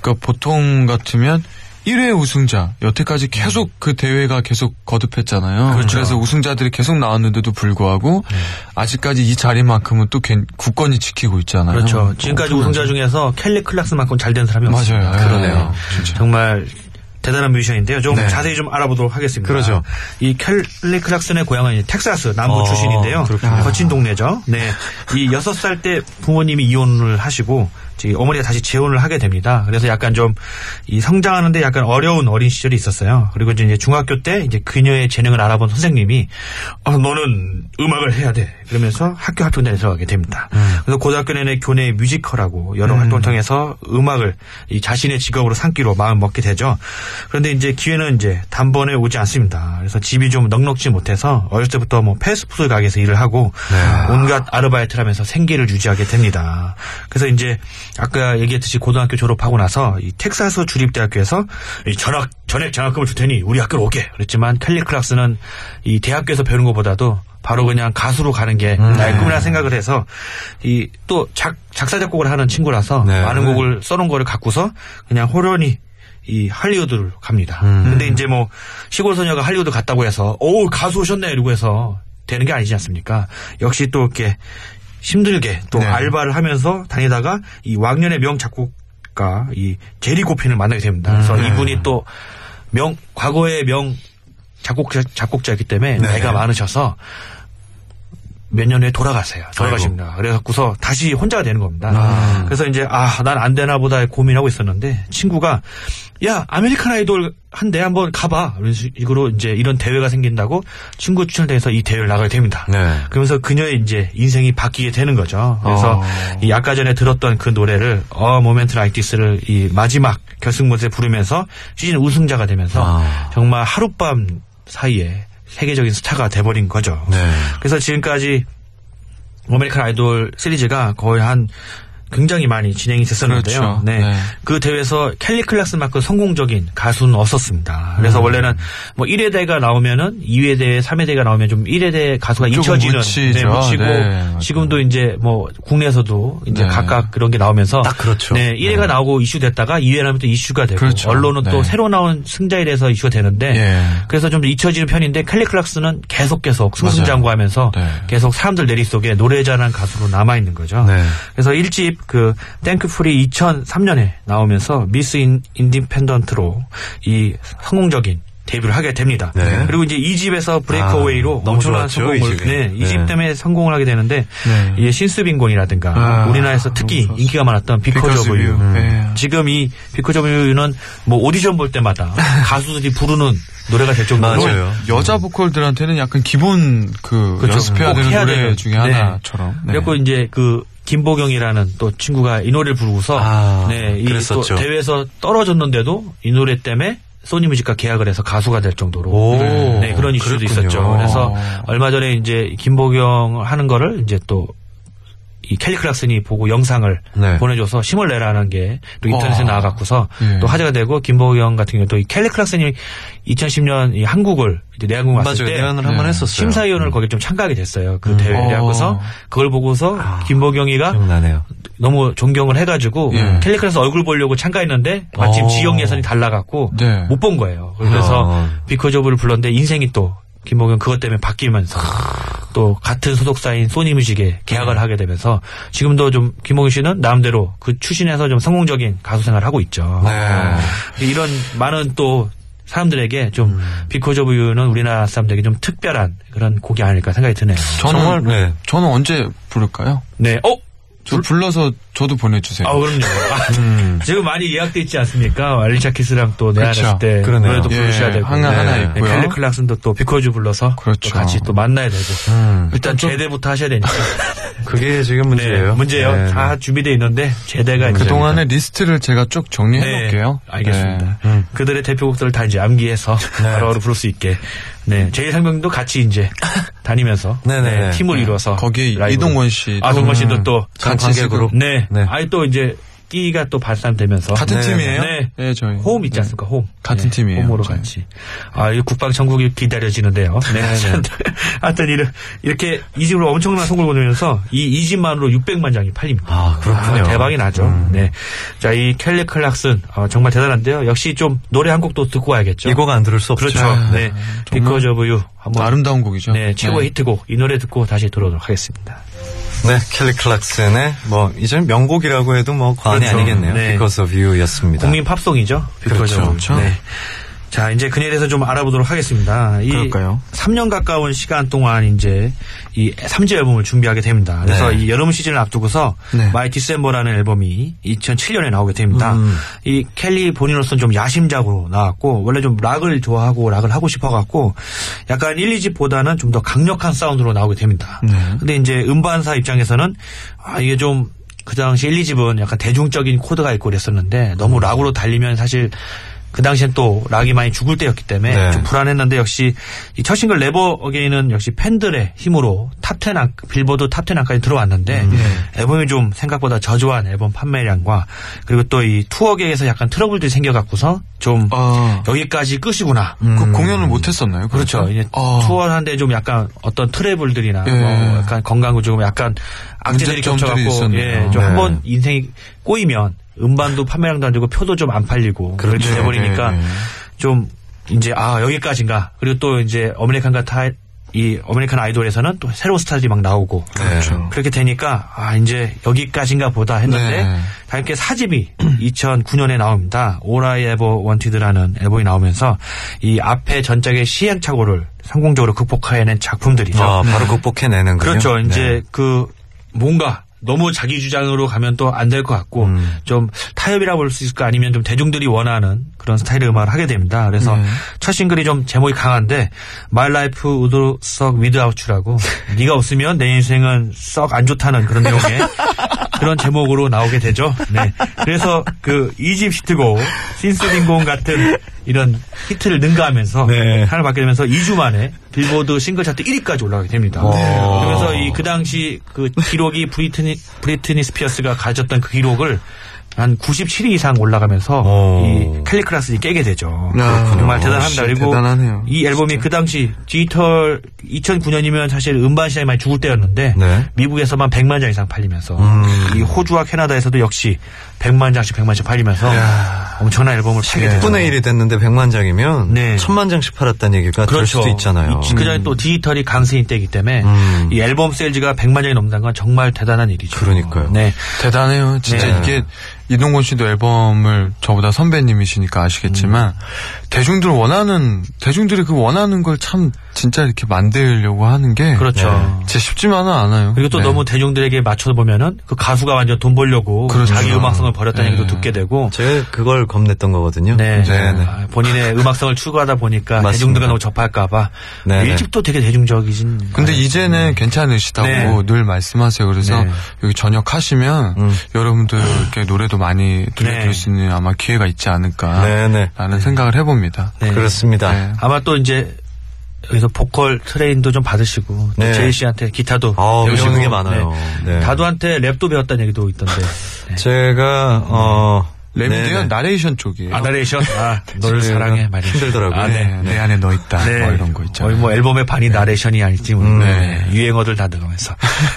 Speaker 1: 그러니까 보통 같으면 1회 우승자 여태까지 계속 그 대회가 계속 거듭했잖아요. 그래서 우승자들이 계속 나왔는데도 불구하고 아직까지 이 자리만큼은 또 괜- 굳건히 지키고 있잖아요.
Speaker 2: 어,
Speaker 3: 그렇죠. 지금까지 우승자 중에서 켈리 클락스만큼 잘 된 사람이 없어요.
Speaker 1: 맞아요.
Speaker 2: 그러네요. 예,
Speaker 3: 정말 대단한 뮤지션인데요. 좀
Speaker 2: 네.
Speaker 3: 자세히 좀 알아보도록 하겠습니다.
Speaker 2: 그러죠.
Speaker 3: 이 켈리 클락슨의 고향은 이제 텍사스 남부
Speaker 2: 어,
Speaker 3: 출신인데요.
Speaker 2: 그렇군요.
Speaker 3: 거친 동네죠. 네. 이 여섯 살 때 부모님이 이혼을 하시고 저기 어머니가 다시 재혼을 하게 됩니다. 그래서 약간 좀 이 성장하는데 약간 어려운 어린 시절이 있었어요. 그리고 이제 중학교 때 이제 그녀의 재능을 알아본 선생님이 아, 너는 음악을 해야 돼. 그러면서 학교 합격단에 들어가게 됩니다. 그래서 고등학교 내내 교내 뮤지컬하고 여러 활동을 통해서 음악을 이 자신의 직업으로 삼기로 마음 먹게 되죠. 그런데 이제 기회는 이제 단번에 오지 않습니다. 그래서 집이 좀 넉넉지 못해서 어렸을 때부터 뭐 패스트푸드 가게에서 일을 하고 온갖 아르바이트를 하면서 생계를 유지하게 됩니다. 그래서 이제 아까 얘기했듯이 고등학교 졸업하고 나서 이 텍사스 주립대학교에서 이 전학 전액 장학금을 줄 테니 우리 학교로 오게 그랬지만 캘리 클락스는 이 대학교에서 배우는 것보다도 바로 그냥 가수로 가는 게 나의 꿈이라 생각을 해서 이 또 작사 작곡을 하는 친구라서
Speaker 2: 네.
Speaker 3: 많은 곡을 써놓은 거를 갖고서 그냥 호련히 이 할리우드로 갑니다. 근데 이제 뭐 시골 소녀가 할리우드 갔다고 해서 오 가수 오셨네 이러고 해서 되는 게 아니지 않습니까? 역시 또 이렇게 힘들게 또 알바를 하면서 다니다가 이 왕년의 명 작곡가 이 제리 고핀을 만나게 됩니다. 그래서 이분이 또 명 과거의 명 작곡자 작곡자이기 때문에 나이가 많으셔서 몇 년 후에 돌아가세요. 돌아가십니다. 그래갖고서 다시 혼자가 되는 겁니다. 그래서 이제 아 난 안 되나 보다 고민하고 있었는데 친구가 야 아메리칸 아이돌 한 대 한번 가봐 이런 식으로 이제 이런 대회가 생긴다고 친구 추천돼서 이 대회를 나가게 됩니다.
Speaker 2: 네.
Speaker 3: 그러면서 그녀의 이제 인생이 바뀌게 되는 거죠. 그래서 이 아까 전에 들었던 그 노래를 어 모멘트 라이티스를 이 마지막 결승무대에 부르면서 시즌 우승자가 되면서 정말 하룻밤 사이에 세계적인 스타가 돼버린 거죠.
Speaker 2: 네.
Speaker 3: 그래서 지금까지 아메리칸 아이돌 시리즈가 거의 한 굉장히 많이 진행이 됐었는데요.
Speaker 1: 그렇죠.
Speaker 3: 네.
Speaker 1: 네.
Speaker 3: 그 대회에서 캘리 클락스만큼 성공적인 가수는 없었습니다. 그래서
Speaker 1: 음.
Speaker 3: 원래는 뭐 1회 대가 나오면은 2회 대, 3회 대가 나오면 좀 1회 대 가수가
Speaker 1: 조금
Speaker 3: 잊혀지는
Speaker 1: 묻히죠.
Speaker 3: 네, 묻히고
Speaker 1: 네, 맞아요.
Speaker 3: 지금도 이제 뭐 국내에서도 이제
Speaker 1: 네.
Speaker 3: 각각 그런 게 나오면서
Speaker 2: 딱 그렇죠.
Speaker 3: 네, 1회가 나오고 이슈됐다가 2회 나면 또 이슈가 되고
Speaker 1: 그렇죠.
Speaker 3: 언론은
Speaker 1: 네.
Speaker 3: 또 새로 나온 승자에 대해서 이슈가 되는데
Speaker 1: 예.
Speaker 3: 그래서 좀 잊혀지는 편인데 캘리 클락스는 계속 계속 승승장구하면서
Speaker 1: 네.
Speaker 3: 계속 사람들 내리 속에 노래 잘하는 가수로 남아 있는 거죠.
Speaker 2: 네.
Speaker 3: 그래서 1집 그 땡크풀이 2003년에 나오면서 미스 인, 인디펜던트로 이 성공적인 데뷔를 하게 됩니다.
Speaker 2: 네.
Speaker 3: 그리고 이제 2집에서 브레이크어웨이로
Speaker 2: 아, 너무
Speaker 3: 엄청난
Speaker 2: 좋았죠,
Speaker 3: 성공을
Speaker 2: 이 집이.
Speaker 3: 네, 2집
Speaker 2: 네.
Speaker 3: 때문에 성공을 하게 되는데
Speaker 1: 네.
Speaker 3: 이게 신스빈곤이라든가
Speaker 1: 아,
Speaker 3: 우리나라에서 특히
Speaker 1: 너무 좋았죠.
Speaker 3: 인기가 많았던
Speaker 1: Because of
Speaker 3: 비커즈 오브 유 음.
Speaker 1: You.
Speaker 2: 예.
Speaker 1: 네.
Speaker 3: 지금 이 비커즈 오브 유는 뭐 오디션 볼
Speaker 2: (laughs)
Speaker 3: 때마다 가수들이 부르는 노래가 될 정도로
Speaker 2: 맞아요.
Speaker 1: 여자 보컬들한테는 약간 기본 그
Speaker 3: 그렇죠.
Speaker 1: 연습해야
Speaker 3: 꼭
Speaker 1: 되는
Speaker 3: 해야
Speaker 1: 노래
Speaker 3: 되는.
Speaker 1: 중에
Speaker 3: 네.
Speaker 1: 하나처럼. 네.
Speaker 3: 그래서 이제 그 김보경이라는 또 친구가 이 노래를 부르고서
Speaker 2: 아,
Speaker 3: 네, 이또
Speaker 2: 그랬었죠.
Speaker 3: 대회에서 떨어졌는데도 이 노래 때문에 소니뮤직과 계약을 해서 가수가 될 정도로
Speaker 2: 오,
Speaker 3: 네, 그런 이슈도
Speaker 2: 그랬군요.
Speaker 3: 있었죠. 그래서 얼마 전에 이제 김보경 하는 거를 이제 또 이 켈리 클락슨이 보고 영상을
Speaker 2: 네. 어.
Speaker 3: 보내줘서 심을 내라는 게 또 인터넷에
Speaker 1: 와.
Speaker 3: 나와갖고서
Speaker 1: 예.
Speaker 3: 또 화제가 되고 김보경 같은 경우도 이 켈리 클락슨이 2010년 이 한국을 이제 내한국 왔을
Speaker 2: 맞아요.
Speaker 3: 때
Speaker 2: 내한을 한
Speaker 1: 네.
Speaker 2: 번 했었어요.
Speaker 3: 심사위원을 거기에 좀 참가하게 됐어요. 그 대회에
Speaker 1: 어.
Speaker 3: 하고서 그걸 보고서 김보경이가
Speaker 2: 기억나네요.
Speaker 3: 너무 존경을 해가지고
Speaker 1: 예.
Speaker 3: 캘리클에서 얼굴 보려고 참가했는데 마침
Speaker 1: 어.
Speaker 3: 지역 예선이 달라갖고
Speaker 1: 네.
Speaker 3: 못 본 거예요. 그래서
Speaker 2: 어.
Speaker 3: 비커저브를 불렀는데 인생이 또 김보경 그것 때문에 바뀌면서 또 같은 소속사인 소니뮤직에 계약을 하게 되면서 지금도 좀 김보경 씨는 나름대로 그 추신해서 좀 성공적인 가수 생활을 하고 있죠.
Speaker 1: 네.
Speaker 3: 어. 이런 많은 또 사람들에게 좀
Speaker 1: 음.
Speaker 3: 비커저브유는 우리나라 사람들에게 좀 특별한 그런 곡이 아닐까 생각이 드네요.
Speaker 1: 저는
Speaker 2: 정말, 네.
Speaker 1: 저는 언제 부를까요?
Speaker 3: 네, 어
Speaker 1: 저 불러서 저도 보내주세요.
Speaker 3: 아,
Speaker 1: (laughs)
Speaker 3: 그럼요. 아, (laughs) 지금 많이 예약돼 있지 않습니까? 알리샤 키스랑 또 내한했을
Speaker 1: 음. 그쵸.
Speaker 3: 때
Speaker 2: 그러네요.
Speaker 3: 노래도
Speaker 1: 예,
Speaker 3: 부르셔야 되고
Speaker 1: 항상 하나
Speaker 3: 네.
Speaker 1: 있고요.
Speaker 3: 켈리 클락슨도 또 비커즈 불러서
Speaker 1: 그렇죠. 음.
Speaker 3: 또 같이 또 만나야 되고 일단 제대부터
Speaker 1: (laughs)
Speaker 3: 하셔야 되니까
Speaker 2: 네. 그게 지금 문제예요.
Speaker 3: 문제예요.
Speaker 2: 네,
Speaker 3: 다 준비돼 있는데 제대가 이제
Speaker 1: 음. 그동안의 리스트를 제가 쭉 정리해놓을게요.
Speaker 3: 네, 알겠습니다.
Speaker 1: 네.
Speaker 3: 그들의 대표곡들을 다 이제 암기해서 바로바로 부를 수 있게. 네. 제일 상명도 같이 이제 다니면서
Speaker 1: (laughs)
Speaker 2: 네네.
Speaker 3: 네, 팀을 이뤄서
Speaker 1: 거기에
Speaker 3: 라이브로.
Speaker 1: 이동원 씨도
Speaker 3: 아, 동원 씨도 또
Speaker 1: 같이 지금
Speaker 2: 관객으로.
Speaker 3: 네.
Speaker 2: 네.
Speaker 3: 아니 또 이제 끼가 또 발산되면서
Speaker 1: 같은
Speaker 2: 네.
Speaker 1: 팀이에요?
Speaker 3: 네.
Speaker 1: 저희.
Speaker 3: 호흡 있지 않습니까? 호흡.
Speaker 1: 음. 같은 팀이에요,
Speaker 3: 호흡으로
Speaker 1: 저희.
Speaker 3: 같이. 아, 이 국방 천국이 기다려지는데요. 네. 하여튼 이를- 이렇게 이 집으로 엄청난 성공을 거두면서 이 이 집만으로 600만 장이 팔립니다.
Speaker 2: 아, 그렇군요.
Speaker 3: 대박이 나죠. 네. 자, 이 켈리 클락슨 아, 정말 대단한데요. 역시 좀 노래 한 곡도 듣고 와야겠죠.
Speaker 2: 이곡 안 들을 수 없죠.
Speaker 3: 그렇죠. 네. Because of You 한번
Speaker 1: 아름다운 곡이죠.
Speaker 3: 네, 최고의 히트곡 이 노래 듣고 다시 돌아오도록 하겠습니다.
Speaker 2: 네, 켈리 클락슨의 뭐 이제 명곡이라고 해도 뭐 과언이
Speaker 3: 그렇죠.
Speaker 2: 아니겠네요.
Speaker 3: 네.
Speaker 2: Because of You였습니다.
Speaker 3: 국민 팝송이죠. Because of You.
Speaker 1: 그렇죠.
Speaker 3: 네. 자, 이제 그녀에 대해서 좀 알아보도록 하겠습니다. 이
Speaker 1: 그럴까요?
Speaker 3: 3년 가까운 시간 동안 이제 이 3집 앨범을 준비하게 됩니다. 그래서
Speaker 2: 네.
Speaker 3: 이 여름 시즌을 앞두고서
Speaker 1: 네.
Speaker 3: 마이 디셈버라는 앨범이 2007년에 나오게 됩니다.
Speaker 1: 음.
Speaker 3: 이 켈리 본인으로서는 좀 야심작으로 나왔고 원래 좀 락을 좋아하고 락을 하고 싶어 갖고 약간 1, 2집보다는 좀 더 강력한 사운드로 나오게 됩니다.
Speaker 1: 네.
Speaker 3: 근데 이제 음반사 입장에서는 아 이게 좀 그 당시 1, 2집은 약간 대중적인 코드가 있고 그랬었는데 너무 락으로 달리면 사실 그 당시엔 또 락이 많이 죽을 때였기 때문에
Speaker 2: 네.
Speaker 3: 좀 불안했는데 역시 이 첫 싱글 네버 어게인은 역시 팬들의 힘으로 탑10 안, 빌보드 탑10 안까지 들어왔는데 앨범이 좀 생각보다 저조한 앨범 판매량과 그리고 또 이 투어계에서 약간 트러블들이 생겨갖고서 좀
Speaker 1: 아.
Speaker 3: 여기까지 끝이구나.
Speaker 1: 그 공연을 못했었나요?
Speaker 3: 음. 그렇죠.
Speaker 1: 그러니까?
Speaker 3: 이제
Speaker 1: 아.
Speaker 3: 투어를 하는데 좀 약간 어떤 트래블들이나
Speaker 1: 예.
Speaker 3: 뭐 약간 건강구 조금 약간 악재들이
Speaker 1: 문제점들이
Speaker 3: 겹쳐갖고
Speaker 1: 있었네요.
Speaker 3: 예, 좀
Speaker 2: 네.
Speaker 3: 한번 인생이 꼬이면 음반도 판매량도 안 되고 표도 좀 안 팔리고 그렇게
Speaker 1: 그렇죠.
Speaker 3: 돼버리니까
Speaker 1: 네, 네.
Speaker 3: 좀 이제 아 여기까지인가 그리고 또 이제 어메리칸 같아 이 어메리칸 아이돌에서는 또 새로운 스타들이 막 나오고
Speaker 2: 그렇죠.
Speaker 3: 그렇게 되니까 아 이제 여기까지인가 보다 했는데
Speaker 1: 네.
Speaker 3: 다행히 사집이 (clears throat) 2009년에 나옵니다. 오라이 에버 원티드라는 앨범이 나오면이 나오면서 이 앞에 전작의 시행착오를 성공적으로 극복해낸 작품들이죠.
Speaker 2: 아, 바로 극복해내는 거요
Speaker 3: 그렇죠. 이제 그 뭔가 너무 자기 주장으로 가면 또 안 될 것 같고 좀 타협이라 볼 수 있을까 아니면 좀 대중들이 원하는 그런 스타일의 음악을 하게 됩니다. 그래서 첫 싱글이 좀 제목이 강한데 My Life Would Suck Without (laughs) You라고 네가 없으면 내 인생은 썩 안 좋다는 그런 내용의 그런 제목으로 나오게 되죠. 네. 그래서 그 이집 히트곡 신스빈공 같은 이런 히트를 능가하면서
Speaker 2: 네.
Speaker 3: 하을 받게 되면서 2주 만에 빌보드 싱글 차트 1위까지 올라가게 됩니다. 그래서 이 그 당시 그 기록이 브리트니 브리트니 스피어스가 가졌던 그 기록을 한 97위 이상 올라가면서
Speaker 2: 오.
Speaker 3: 이 켈리 클락슨이 깨게 되죠.
Speaker 1: 어. 아,
Speaker 3: 정말
Speaker 1: 아,
Speaker 3: 대단합니다.
Speaker 1: 진짜
Speaker 3: 그리고
Speaker 1: 대단하네요.
Speaker 3: 이 앨범이 그 당시 디지털 2009년이면 사실 음반 시장이 많이 죽을 때였는데
Speaker 2: 네.
Speaker 3: 미국에서만 100만 장 이상 팔리면서
Speaker 1: 음.
Speaker 3: 이 호주와 캐나다에서도 역시 100만 장씩 100만 씩 팔리면서 엄청난 앨범을 팔게
Speaker 1: 네.
Speaker 3: 되죠.
Speaker 2: 10분의 1이 됐는데 100만 장이면
Speaker 3: 네.
Speaker 2: 1000만 장씩 팔았다는 얘기가 될 수도 있잖아요. 음.
Speaker 3: 그 전에 또 디지털이 강세인 때이기 때문에 이 앨범 세일즈가 100만 장이 넘는 건 정말 대단한 일이죠.
Speaker 2: 그러니까요.
Speaker 3: 네.
Speaker 1: 대단해요. 진짜
Speaker 3: 네.
Speaker 1: 이게 이동건 씨도 앨범을 저보다 선배님이시니까 아시겠지만
Speaker 3: 음.
Speaker 1: 대중들 원하는 대중들이 그 원하는 걸 참 진짜 이렇게 만들려고 하는 게
Speaker 3: 그렇죠.
Speaker 1: 네. 진짜 쉽지만은 않아요.
Speaker 3: 그리고 또
Speaker 1: 네.
Speaker 3: 너무 대중들에게 맞춰 보면은 그 가수가 완전 돈 벌려고
Speaker 1: 그렇죠.
Speaker 3: 자기 음악성을 버렸다는
Speaker 2: 네.
Speaker 3: 얘기도 듣게 되고
Speaker 2: 제가 그걸 겁냈던 거거든요.
Speaker 3: 네.
Speaker 1: 네, 네.
Speaker 3: 아,
Speaker 2: (laughs)
Speaker 3: 본인의 음악성을 추구하다 보니까
Speaker 2: 맞습니다.
Speaker 3: 대중들과 너무 접할까봐
Speaker 2: 네, 네.
Speaker 3: 일집도 되게 대중적이진.
Speaker 1: 근데
Speaker 3: 않았어요.
Speaker 1: 이제는 괜찮으시다고
Speaker 3: 음. 네.
Speaker 1: 늘 말씀하세요. 그래서
Speaker 3: 네. 음.
Speaker 1: 여기 저녁 하시면 여러분들께 노래도 많이 들려드릴
Speaker 3: 네.
Speaker 1: 수 있는 아마 기회가 있지 않을까
Speaker 2: 네네.
Speaker 1: 라는 생각을 해봅니다.
Speaker 3: 네.
Speaker 2: 그렇습니다.
Speaker 1: 네.
Speaker 3: 아마 또 이제 여기서 보컬 트레인도 좀 받으시고 또
Speaker 2: 네.
Speaker 3: 제이 씨한테 기타도
Speaker 2: 아, 배우시는
Speaker 3: 배우시고,
Speaker 2: 게 많아요.
Speaker 3: 네.
Speaker 2: 네.
Speaker 3: 다두한테 랩도 배웠다는 얘기도 있던데. 네.
Speaker 2: 제가 어
Speaker 1: 랩인데요
Speaker 2: 네네.
Speaker 1: 나레이션 쪽이에요.
Speaker 3: 아, 나레이션.
Speaker 1: (laughs)
Speaker 3: 아, 너를
Speaker 2: 제가
Speaker 3: 사랑해 말이죠.
Speaker 2: 힘들더라고요.
Speaker 1: 아, 네. 내 안에 너 있다.
Speaker 3: 네.
Speaker 1: 뭐 이런 거 있잖아요.
Speaker 3: 거의 뭐 앨범의 반이 나레이션이 아닐지 모르는
Speaker 1: 네.
Speaker 3: 유행어들 다
Speaker 1: (laughs)
Speaker 3: 들어가면서.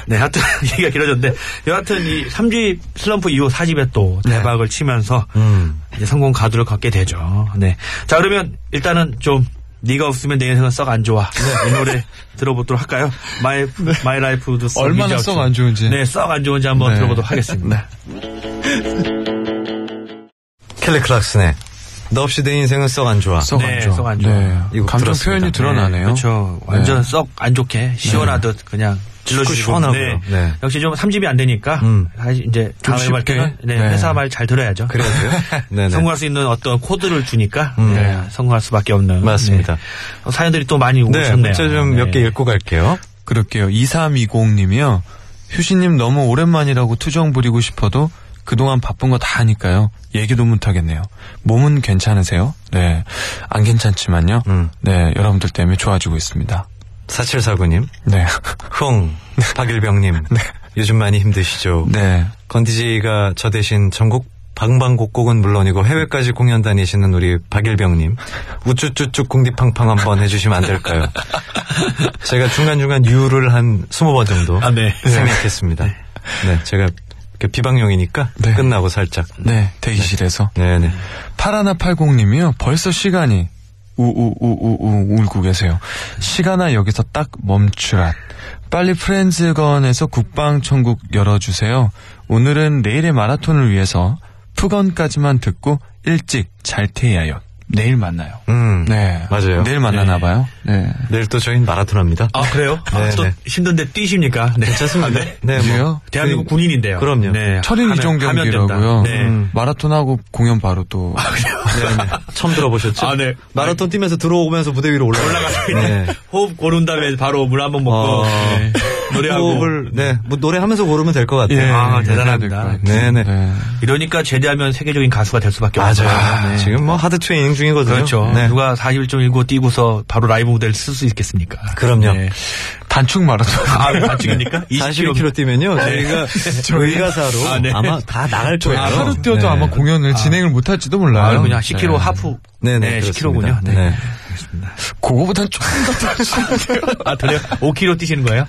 Speaker 3: 네, 하여튼 (laughs) 얘기가 길어졌는데 여하튼 이 3집 슬럼프 이후 4집에 또
Speaker 1: 네.
Speaker 3: 대박을 치면서
Speaker 1: 음.
Speaker 3: 이제 성공 가두를 걷게 되죠. 네. 자, 그러면 일단은 좀 네가 없으면 내 인생은 썩 안 좋아. 네,
Speaker 1: (laughs)
Speaker 3: 이 노래 들어보도록 할까요? 마이 마이 라이프도
Speaker 1: 네. 얼마나 썩안 좋은지.
Speaker 3: 네, 썩 안 좋은지 한번
Speaker 1: 네.
Speaker 3: 들어보도록 하겠습니다.
Speaker 2: 켈리 클락슨의 너 없이 내 인생은 썩 안 좋아.
Speaker 1: 썩
Speaker 3: 네,
Speaker 1: 안 좋아.
Speaker 3: 썩안 좋아.
Speaker 1: 네.
Speaker 2: 이거
Speaker 1: 감정
Speaker 2: 들었습니다.
Speaker 1: 표현이 드러나네요.
Speaker 3: 그렇죠. 완전 썩 안 좋게 시원하듯 그냥 질러주시고
Speaker 2: 시원하고요. 네.
Speaker 3: 역시 좀 3집이 안 되니까
Speaker 2: 음.
Speaker 3: 다시 이제
Speaker 1: 좀
Speaker 3: 다음에 할
Speaker 1: 쉽게?
Speaker 3: 때는 네,
Speaker 1: 네.
Speaker 3: 회사 말 잘 들어야죠.
Speaker 2: 그래야
Speaker 3: (laughs)
Speaker 2: 돼요? 네네.
Speaker 3: 성공할 수 있는 어떤 코드를 주니까
Speaker 2: 음.
Speaker 3: 네, 성공할 수밖에 없는
Speaker 2: 맞습니다.
Speaker 3: 네. 어, 사연들이 또 많이
Speaker 2: 네,
Speaker 3: 오셨네요.
Speaker 2: 문자 좀 몇 개
Speaker 3: 네.
Speaker 2: 읽고 갈게요.
Speaker 1: 그럴게요. 2320님이요. 휴신님 너무 오랜만이라고 투정 부리고 싶어도 그동안 바쁜 거 다 하니까요. 얘기도 못하겠네요. 몸은 괜찮으세요? 네. 안 괜찮지만요.
Speaker 2: 음.
Speaker 1: 네. 여러분들 때문에 좋아지고 있습니다.
Speaker 2: 4749님,
Speaker 1: 네.
Speaker 2: 흥, 박일병님, 요즘 많이 힘드시죠?
Speaker 1: 네.
Speaker 2: 건디지가 저 대신 전국 방방곡곡은 물론이고 해외까지 공연 다니시는 우리 박일병님 우쭈쭈쭈 궁디팡팡 한번 해주시면 안 될까요? 제가 중간중간 유를 한 20번 정도
Speaker 3: 아, 네.
Speaker 2: (laughs) 생략했습니다. 네, 제가 이렇게 비방용이니까
Speaker 1: 네.
Speaker 2: 끝나고 살짝.
Speaker 1: 네. 대기실에서.
Speaker 2: 네네.
Speaker 1: 파라나 80님이요. 벌써 시간이 우우우우우 울고 계세요. 시간아 여기서 딱 멈추라. 빨리 프렌즈건에서 국방 천국 열어주세요. 오늘은 내일의 마라톤을 위해서 푸건까지만 듣고 일찍 잘 테야요. 내일 만나요.
Speaker 2: 음.
Speaker 1: 네
Speaker 2: 맞아요.
Speaker 1: 내일 만나나 봐요. 네.
Speaker 2: 내일 또 저희는 마라톤 합니다.
Speaker 3: 아 그래요? 아,
Speaker 2: (laughs) 네,
Speaker 3: 또
Speaker 2: 네.
Speaker 3: 힘든데 뛰십니까? 네.
Speaker 2: 괜찮습니다.
Speaker 3: 아, 네.
Speaker 2: 네,
Speaker 1: 그래요?
Speaker 3: 대한민국
Speaker 2: 그-
Speaker 3: 군인인데요.
Speaker 2: 그럼요.
Speaker 1: 철인
Speaker 3: 하면-
Speaker 1: 이종
Speaker 3: 하면
Speaker 1: 경기라고요.
Speaker 3: 된다. 네.
Speaker 1: 음, 마라톤하고 공연 바로 또
Speaker 3: (laughs)
Speaker 2: 네네. 처음 들어보셨죠?
Speaker 3: 아, 네.
Speaker 2: 마라톤 뛰면서 들어오면서 무대 위로 올라가. 올라가서 네.
Speaker 3: (laughs) 호흡 고른 다음에 바로 물 한번 먹고
Speaker 2: 어.
Speaker 3: 네. 노래하고
Speaker 2: 호흡을, 네. 뭐 노래하면서 고르면 될 것 같아요.
Speaker 3: 아
Speaker 1: 네, 해야
Speaker 3: 대단합니다.
Speaker 1: 될것
Speaker 2: 네네.
Speaker 1: 네.
Speaker 3: 이러니까 제대하면 세계적인 가수가 될 수밖에 없어요.
Speaker 2: 아,
Speaker 3: 네.
Speaker 2: 지금 뭐 하드 트레이닝 중이거든요.
Speaker 3: 그렇죠.
Speaker 2: 네.
Speaker 3: 누가 41.19 뛰고서 바로 라이브 무대를 쓸 수 있겠습니까?
Speaker 2: 그럼요.
Speaker 3: 네.
Speaker 1: 단축 마라톤.
Speaker 3: 아, 안 찍입니까?
Speaker 2: 42km 뛰면요.
Speaker 3: (laughs)
Speaker 2: 저희가 (laughs) 의가사로
Speaker 3: 아, 네.
Speaker 2: 아마 다 나갈 거예요.
Speaker 1: 아, 하루 뛰어도
Speaker 2: 네.
Speaker 1: 아마 공연을 진행을 못할지도 몰라요.
Speaker 3: 아, 그냥 10km
Speaker 1: 네.
Speaker 3: 하프.
Speaker 2: 네네.
Speaker 3: 네,
Speaker 2: 그렇습니다.
Speaker 3: 10km군요. 네.
Speaker 2: 네.
Speaker 1: 그거보단 조금
Speaker 3: 아, 그래요? 5km 뛰시는 거예요?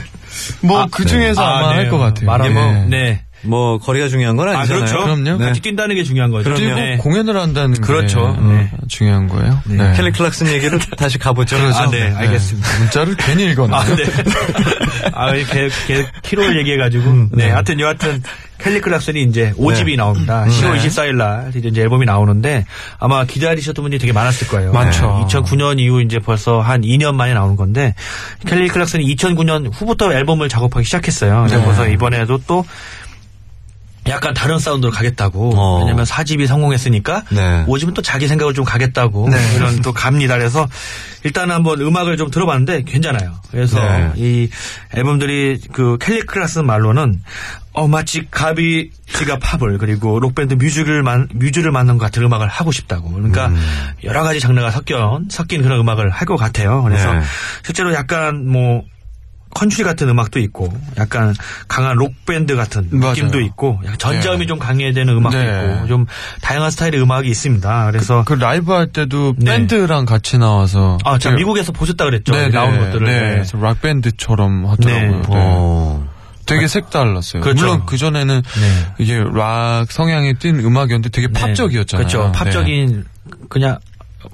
Speaker 1: (laughs) 뭐, 그 중에서
Speaker 3: 아,
Speaker 1: 아마
Speaker 3: 네.
Speaker 1: 할 것 같아요.
Speaker 3: 말하면,
Speaker 1: 예.
Speaker 3: 네.
Speaker 2: 뭐 거리가 중요한 건
Speaker 3: 아,
Speaker 2: 아니잖아요.
Speaker 3: 그렇죠.
Speaker 1: 그럼요.
Speaker 3: 같이 뛴다는 게 중요한 거죠.
Speaker 1: 그리고
Speaker 3: 네.
Speaker 1: 공연을 한다는 게
Speaker 3: 그렇죠.
Speaker 1: 어,
Speaker 3: 네.
Speaker 1: 중요한 거예요. 네.
Speaker 2: 켈리 클락슨
Speaker 3: (laughs)
Speaker 2: 얘기를 다시 가보죠.
Speaker 3: 아, 네, 알겠습니다.
Speaker 1: 문자를 괜히 읽었네.
Speaker 3: 아, 네. (laughs) 아, 걔, 걔, 키로를 얘기해가지고. 네. 하여튼, 여하튼, 켈리 클락슨이 이제 5집이 나옵니다. 10월 24일날 이제, 이제 앨범이 나오는데 아마 기다리셨던 분들이 되게 많았을 거예요.
Speaker 1: 많죠.
Speaker 3: 2009년 이후 이제 벌써 한 2년 만에 나오는 건데 켈리 클락슨이 2009년 후부터 앨범을 작업하기 시작했어요. 그래서 벌써 이번에도 또 약간 다른 사운드로 가겠다고.
Speaker 2: 어.
Speaker 3: 왜냐면 4집이 성공했으니까
Speaker 2: 네.
Speaker 3: 5집은 또 자기 생각을 좀 가겠다고.
Speaker 1: 네.
Speaker 3: 이런 또 갑니다. 그래서 일단 한번 음악을 좀 들어봤는데 괜찮아요. 그래서
Speaker 2: 네.
Speaker 3: 이 앨범들이 그 켈리 클라슨 말로는 어 마치 가비 지가 팝을 그리고 록밴드 뮤즈를 만 뮤즈를 만난 것 같은 음악을 하고 싶다고 그러니까 여러 가지 장르가 섞여 섞인 그런 음악을 할 것 같아요. 그래서
Speaker 2: 네.
Speaker 3: 실제로 약간 뭐 컨츄리 같은 음악도 있고 약간 강한 록밴드 같은
Speaker 1: 맞아요.
Speaker 3: 느낌도 있고 약간 전자음이
Speaker 1: 네.
Speaker 3: 좀 강해야 되는 음악도
Speaker 1: 네.
Speaker 3: 있고 좀 다양한 스타일의 음악이 있습니다. 그래서
Speaker 1: 그 라이브 할 때도
Speaker 3: 네.
Speaker 1: 밴드랑 같이 나와서.
Speaker 3: 아, 제가
Speaker 1: 그-
Speaker 3: 미국에서 보셨다 그랬죠.
Speaker 1: 네,
Speaker 3: 나온
Speaker 1: 네,
Speaker 3: 것들을.
Speaker 1: 네.
Speaker 3: 네.
Speaker 1: 그래서 락밴드처럼 하더라고요.
Speaker 3: 네.
Speaker 1: 네.
Speaker 2: 어.
Speaker 1: 되게 색달랐어요.
Speaker 3: 그렇죠.
Speaker 1: 물론 그전에는
Speaker 3: 네.
Speaker 1: 이게 락 성향이 띈 음악이었는데 되게
Speaker 3: 네.
Speaker 1: 팝적이었잖아요.
Speaker 3: 그렇죠.
Speaker 1: 네.
Speaker 3: 팝적인 그냥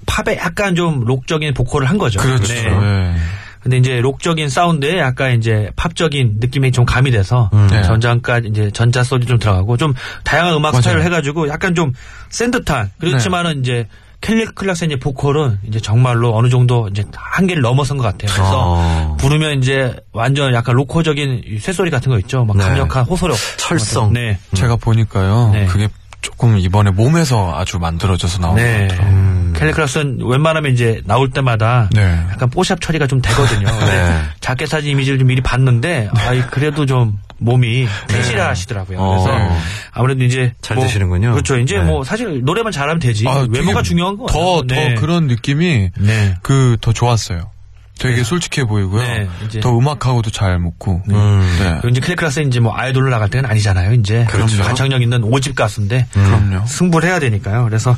Speaker 3: 팝에 약간 좀 록적인 보컬을 한 거죠.
Speaker 1: 그렇죠.
Speaker 3: 네.
Speaker 1: 네.
Speaker 3: 근데 이제 록적인 사운드에 약간 이제 팝적인 느낌이 좀 가미돼서
Speaker 1: 네.
Speaker 3: 전자음까지 이제 전자 소리 좀 들어가고 좀 다양한 음악
Speaker 1: 맞아요. 네.
Speaker 3: 스타일을 해가지고 약간 좀 센 듯한 그렇지만은 이제 켈리 클락슨의 보컬은 이제 정말로 어느 정도 이제 한계를 넘어선 것 같아요. 그래서
Speaker 2: 어.
Speaker 3: 부르면 이제 완전 약간 로코적인 이 쇳소리 같은 거 있죠. 막
Speaker 2: 네.
Speaker 3: 강력한 호소력.
Speaker 2: 철성.
Speaker 3: 네.
Speaker 1: 제가 보니까요.
Speaker 3: 네.
Speaker 1: 그게 조금 이번에 몸에서 아주 만들어져서 나온 것
Speaker 3: 네.
Speaker 1: 같아요.
Speaker 3: 켈리 클락슨 웬만하면 이제 나올 때마다
Speaker 1: 네.
Speaker 3: 약간 뽀샵 처리가 좀 되거든요. 근데 자켓 사진 이미지를 좀 미리 봤는데 아이 그래도 좀 몸이 태실하시더라고요. 그래서
Speaker 2: 어.
Speaker 3: 아무래도 이제
Speaker 2: 잘
Speaker 3: 뭐-
Speaker 2: 드시는군요.
Speaker 3: 그렇죠. 이제
Speaker 2: 네.
Speaker 3: 뭐 사실 노래만 잘하면 되지
Speaker 1: 아, 되게
Speaker 3: 외모가 중요한 거
Speaker 1: 더,
Speaker 3: 같아요. 네.
Speaker 1: 더 그런 느낌이
Speaker 3: 네.
Speaker 1: 그 더 좋았어요. 되게 솔직해 보이고요.
Speaker 3: 네, 이제.
Speaker 1: 더 음악하고도 잘 먹고.
Speaker 2: 음.
Speaker 1: 네.
Speaker 3: 그리고 이제 켈리 클락슨 이제 뭐 아이돌로 나갈 때는 아니잖아요. 이제
Speaker 1: 그렇죠. 음.
Speaker 3: 가창력 있는 오집 가수인데
Speaker 1: 그럼요.
Speaker 3: 승부를 해야 되니까요. 그래서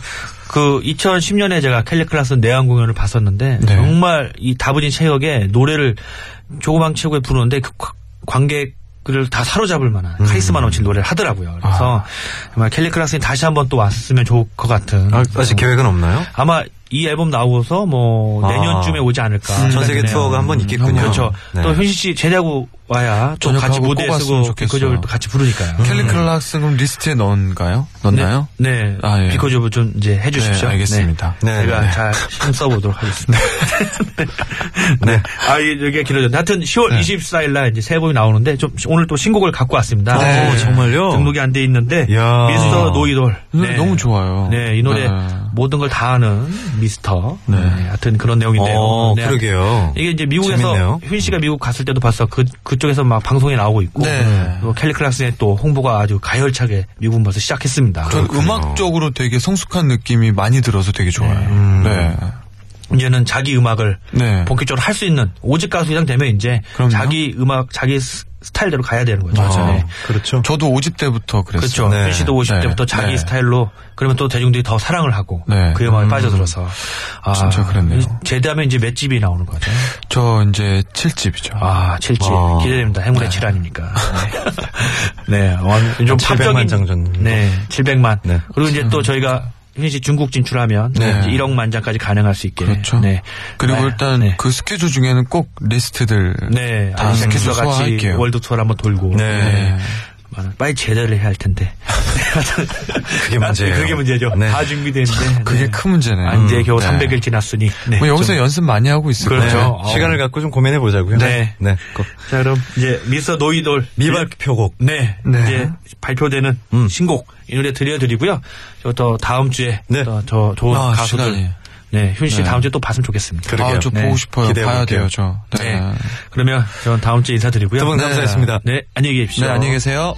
Speaker 3: 그 2010년에 제가 켈리 클라슨 내한 공연을 봤었는데
Speaker 1: 네.
Speaker 3: 정말 이 다부진 체격에 노래를 조그만 체구에 부르는데 그 관- 관객을 다 사로잡을 만한
Speaker 1: 음.
Speaker 3: 카리스마 넘친 노래를 하더라고요.
Speaker 1: 아.
Speaker 3: 그래서 정말 켈리 클라슨이 다시 한번 또 왔으면 좋을 것 같은
Speaker 2: 아, 아직 계획은 없나요?
Speaker 3: 아마 이 앨범 나오고서 뭐
Speaker 2: 아.
Speaker 3: 내년쯤에 오지 않을까.
Speaker 1: 음.
Speaker 2: 전 세계
Speaker 3: 생각이 드네요.
Speaker 2: 투어가 한 번 있겠군요.
Speaker 3: 그렇죠.
Speaker 2: 네.
Speaker 3: 또 현실 씨 제대하고 와야 또
Speaker 1: 저녁하고
Speaker 3: 같이
Speaker 1: 꼭
Speaker 3: 무대에
Speaker 1: 왔으면
Speaker 3: 쓰고
Speaker 1: 좋겠어요.
Speaker 3: 비커즈를 같이 부르니까요.
Speaker 1: 켈리 클락슨 그럼 리스트에 넣은가요? 넣나요?
Speaker 3: 음. 네.
Speaker 1: 아, 예.
Speaker 3: 비커즈부 좀 이제 해주십시오.
Speaker 1: 네, 알겠습니다.
Speaker 2: 네,
Speaker 3: 제가
Speaker 2: 네.
Speaker 3: 잘 힘써보도록
Speaker 2: (laughs)
Speaker 3: 하겠습니다. 네. 아, 이- 여기가 길어졌네. 하여튼 10월 24일날 이제 새 앨범이 나오는데 좀 오늘 또 신곡을 갖고 왔습니다.
Speaker 2: 네. 정말요?
Speaker 3: 등록이 안 돼 있는데
Speaker 2: 이야. 네.
Speaker 3: 미스터 노이돌.
Speaker 1: 이 노래 너무 좋아요.
Speaker 3: 네, 이 노래 모든 걸 다 아는 미스터. 네. 하여튼 그런 내용인데요.
Speaker 2: 어,
Speaker 3: 네.
Speaker 2: 그러게요.
Speaker 3: 이게 이제 미국에서
Speaker 2: 재밌네요.
Speaker 3: 휘 씨가 미국 갔을 때도 봤어. 그 그쪽에서 막 방송에 나오고 있고
Speaker 1: 네.
Speaker 3: 또 켈리 클락슨의 또 홍보가 아주 가열차게 미국은 벌써 시작했습니다.
Speaker 1: 전 음악적으로 되게 성숙한 느낌이 많이 들어서 되게 좋아요.
Speaker 3: 음.
Speaker 1: 네.
Speaker 3: 이제는 자기 음악을
Speaker 1: 네.
Speaker 3: 본격적으로 할 수 있는 오직 가수 이상 되면 이제
Speaker 1: 그럼요.
Speaker 3: 자기 음악 자기 스- 스타일대로 가야 되는 거죠.
Speaker 1: 맞아요.
Speaker 3: 네.
Speaker 2: 그렇죠.
Speaker 1: 어. 저도 5집 때부터 그랬어요.
Speaker 3: 그렇죠.
Speaker 2: 네.
Speaker 3: 휘 씨도 50
Speaker 1: 네.
Speaker 3: 때부터 자기
Speaker 1: 네.
Speaker 3: 스타일로 그러면 또 대중들이 더 사랑을 하고
Speaker 1: 네.
Speaker 3: 그 음악에 빠져들어서 아,
Speaker 1: 진짜 그랬네요.
Speaker 3: 제대하면 이제 몇 집이 나오는 거죠.
Speaker 1: 저 이제 7집이죠.
Speaker 3: 아, 7집.
Speaker 2: 와.
Speaker 3: 기대됩니다. 행운의 칠 7,
Speaker 1: (laughs)
Speaker 3: 아닙니까. 네. 어, 좀
Speaker 2: 700만
Speaker 3: 합적인-
Speaker 2: 장 전.
Speaker 3: 네. 700만.
Speaker 2: 네.
Speaker 3: 그리고 이제 또 저희가 휘진 씨 중국 진출하면
Speaker 1: 네.
Speaker 3: 이제 1억 만장까지 가능할 수 있게.
Speaker 1: 그렇죠.
Speaker 3: 네.
Speaker 1: 그리고
Speaker 3: 네.
Speaker 1: 일단
Speaker 3: 네.
Speaker 1: 그 스케줄 중에는 꼭 리스트들
Speaker 3: 네.
Speaker 1: 다
Speaker 3: 아시아캐스와 같이
Speaker 1: 소화할게요.
Speaker 3: 월드 투어를 한번 돌고.
Speaker 2: 네.
Speaker 1: 예.
Speaker 3: 많은- 빨리 제대를 해야 할 텐데.
Speaker 2: 그게 문제예요.
Speaker 3: 아, 그게 문제죠.
Speaker 2: 네.
Speaker 3: 다 준비됐는데.
Speaker 1: 그게
Speaker 3: 네.
Speaker 1: 큰 문제네요.
Speaker 3: 아, 이제 겨우
Speaker 1: 네.
Speaker 3: 300일 지났으니. 네.
Speaker 1: 뭐 여기서
Speaker 3: 좀-
Speaker 1: 연습 많이 하고 있을
Speaker 3: 그렇죠.
Speaker 1: 거예요.
Speaker 3: 어.
Speaker 2: 시간을 갖고 좀 고민해 보자고요.
Speaker 3: 네.
Speaker 2: 네. 꼭
Speaker 3: 자, 그럼 이제 미스터 노이돌.
Speaker 2: 미발표곡.
Speaker 3: 네,
Speaker 1: 네.
Speaker 3: 이제 발표되는
Speaker 2: 음.
Speaker 3: 신곡 이 노래 들려드리고요. 저또 다음 주에
Speaker 2: 네.
Speaker 3: 또 더 좋은
Speaker 1: 아,
Speaker 3: 가수들,
Speaker 1: 시간이.
Speaker 3: 네, 효진 씨 다음 주에 또 봤으면 좋겠습니다.
Speaker 2: 그러게요.
Speaker 1: 아, 저
Speaker 3: 네.
Speaker 1: 보고 싶어요.
Speaker 2: 기대해
Speaker 1: 봐야
Speaker 2: 볼게요.
Speaker 1: 돼요, 저. 네,
Speaker 3: 네, 그러면 저는 다음 주에 인사드리고요.
Speaker 2: 두분
Speaker 3: 네.
Speaker 2: 감사했습니다.
Speaker 3: 네, 안녕히 계십시오.
Speaker 1: 네, 안녕히 계세요.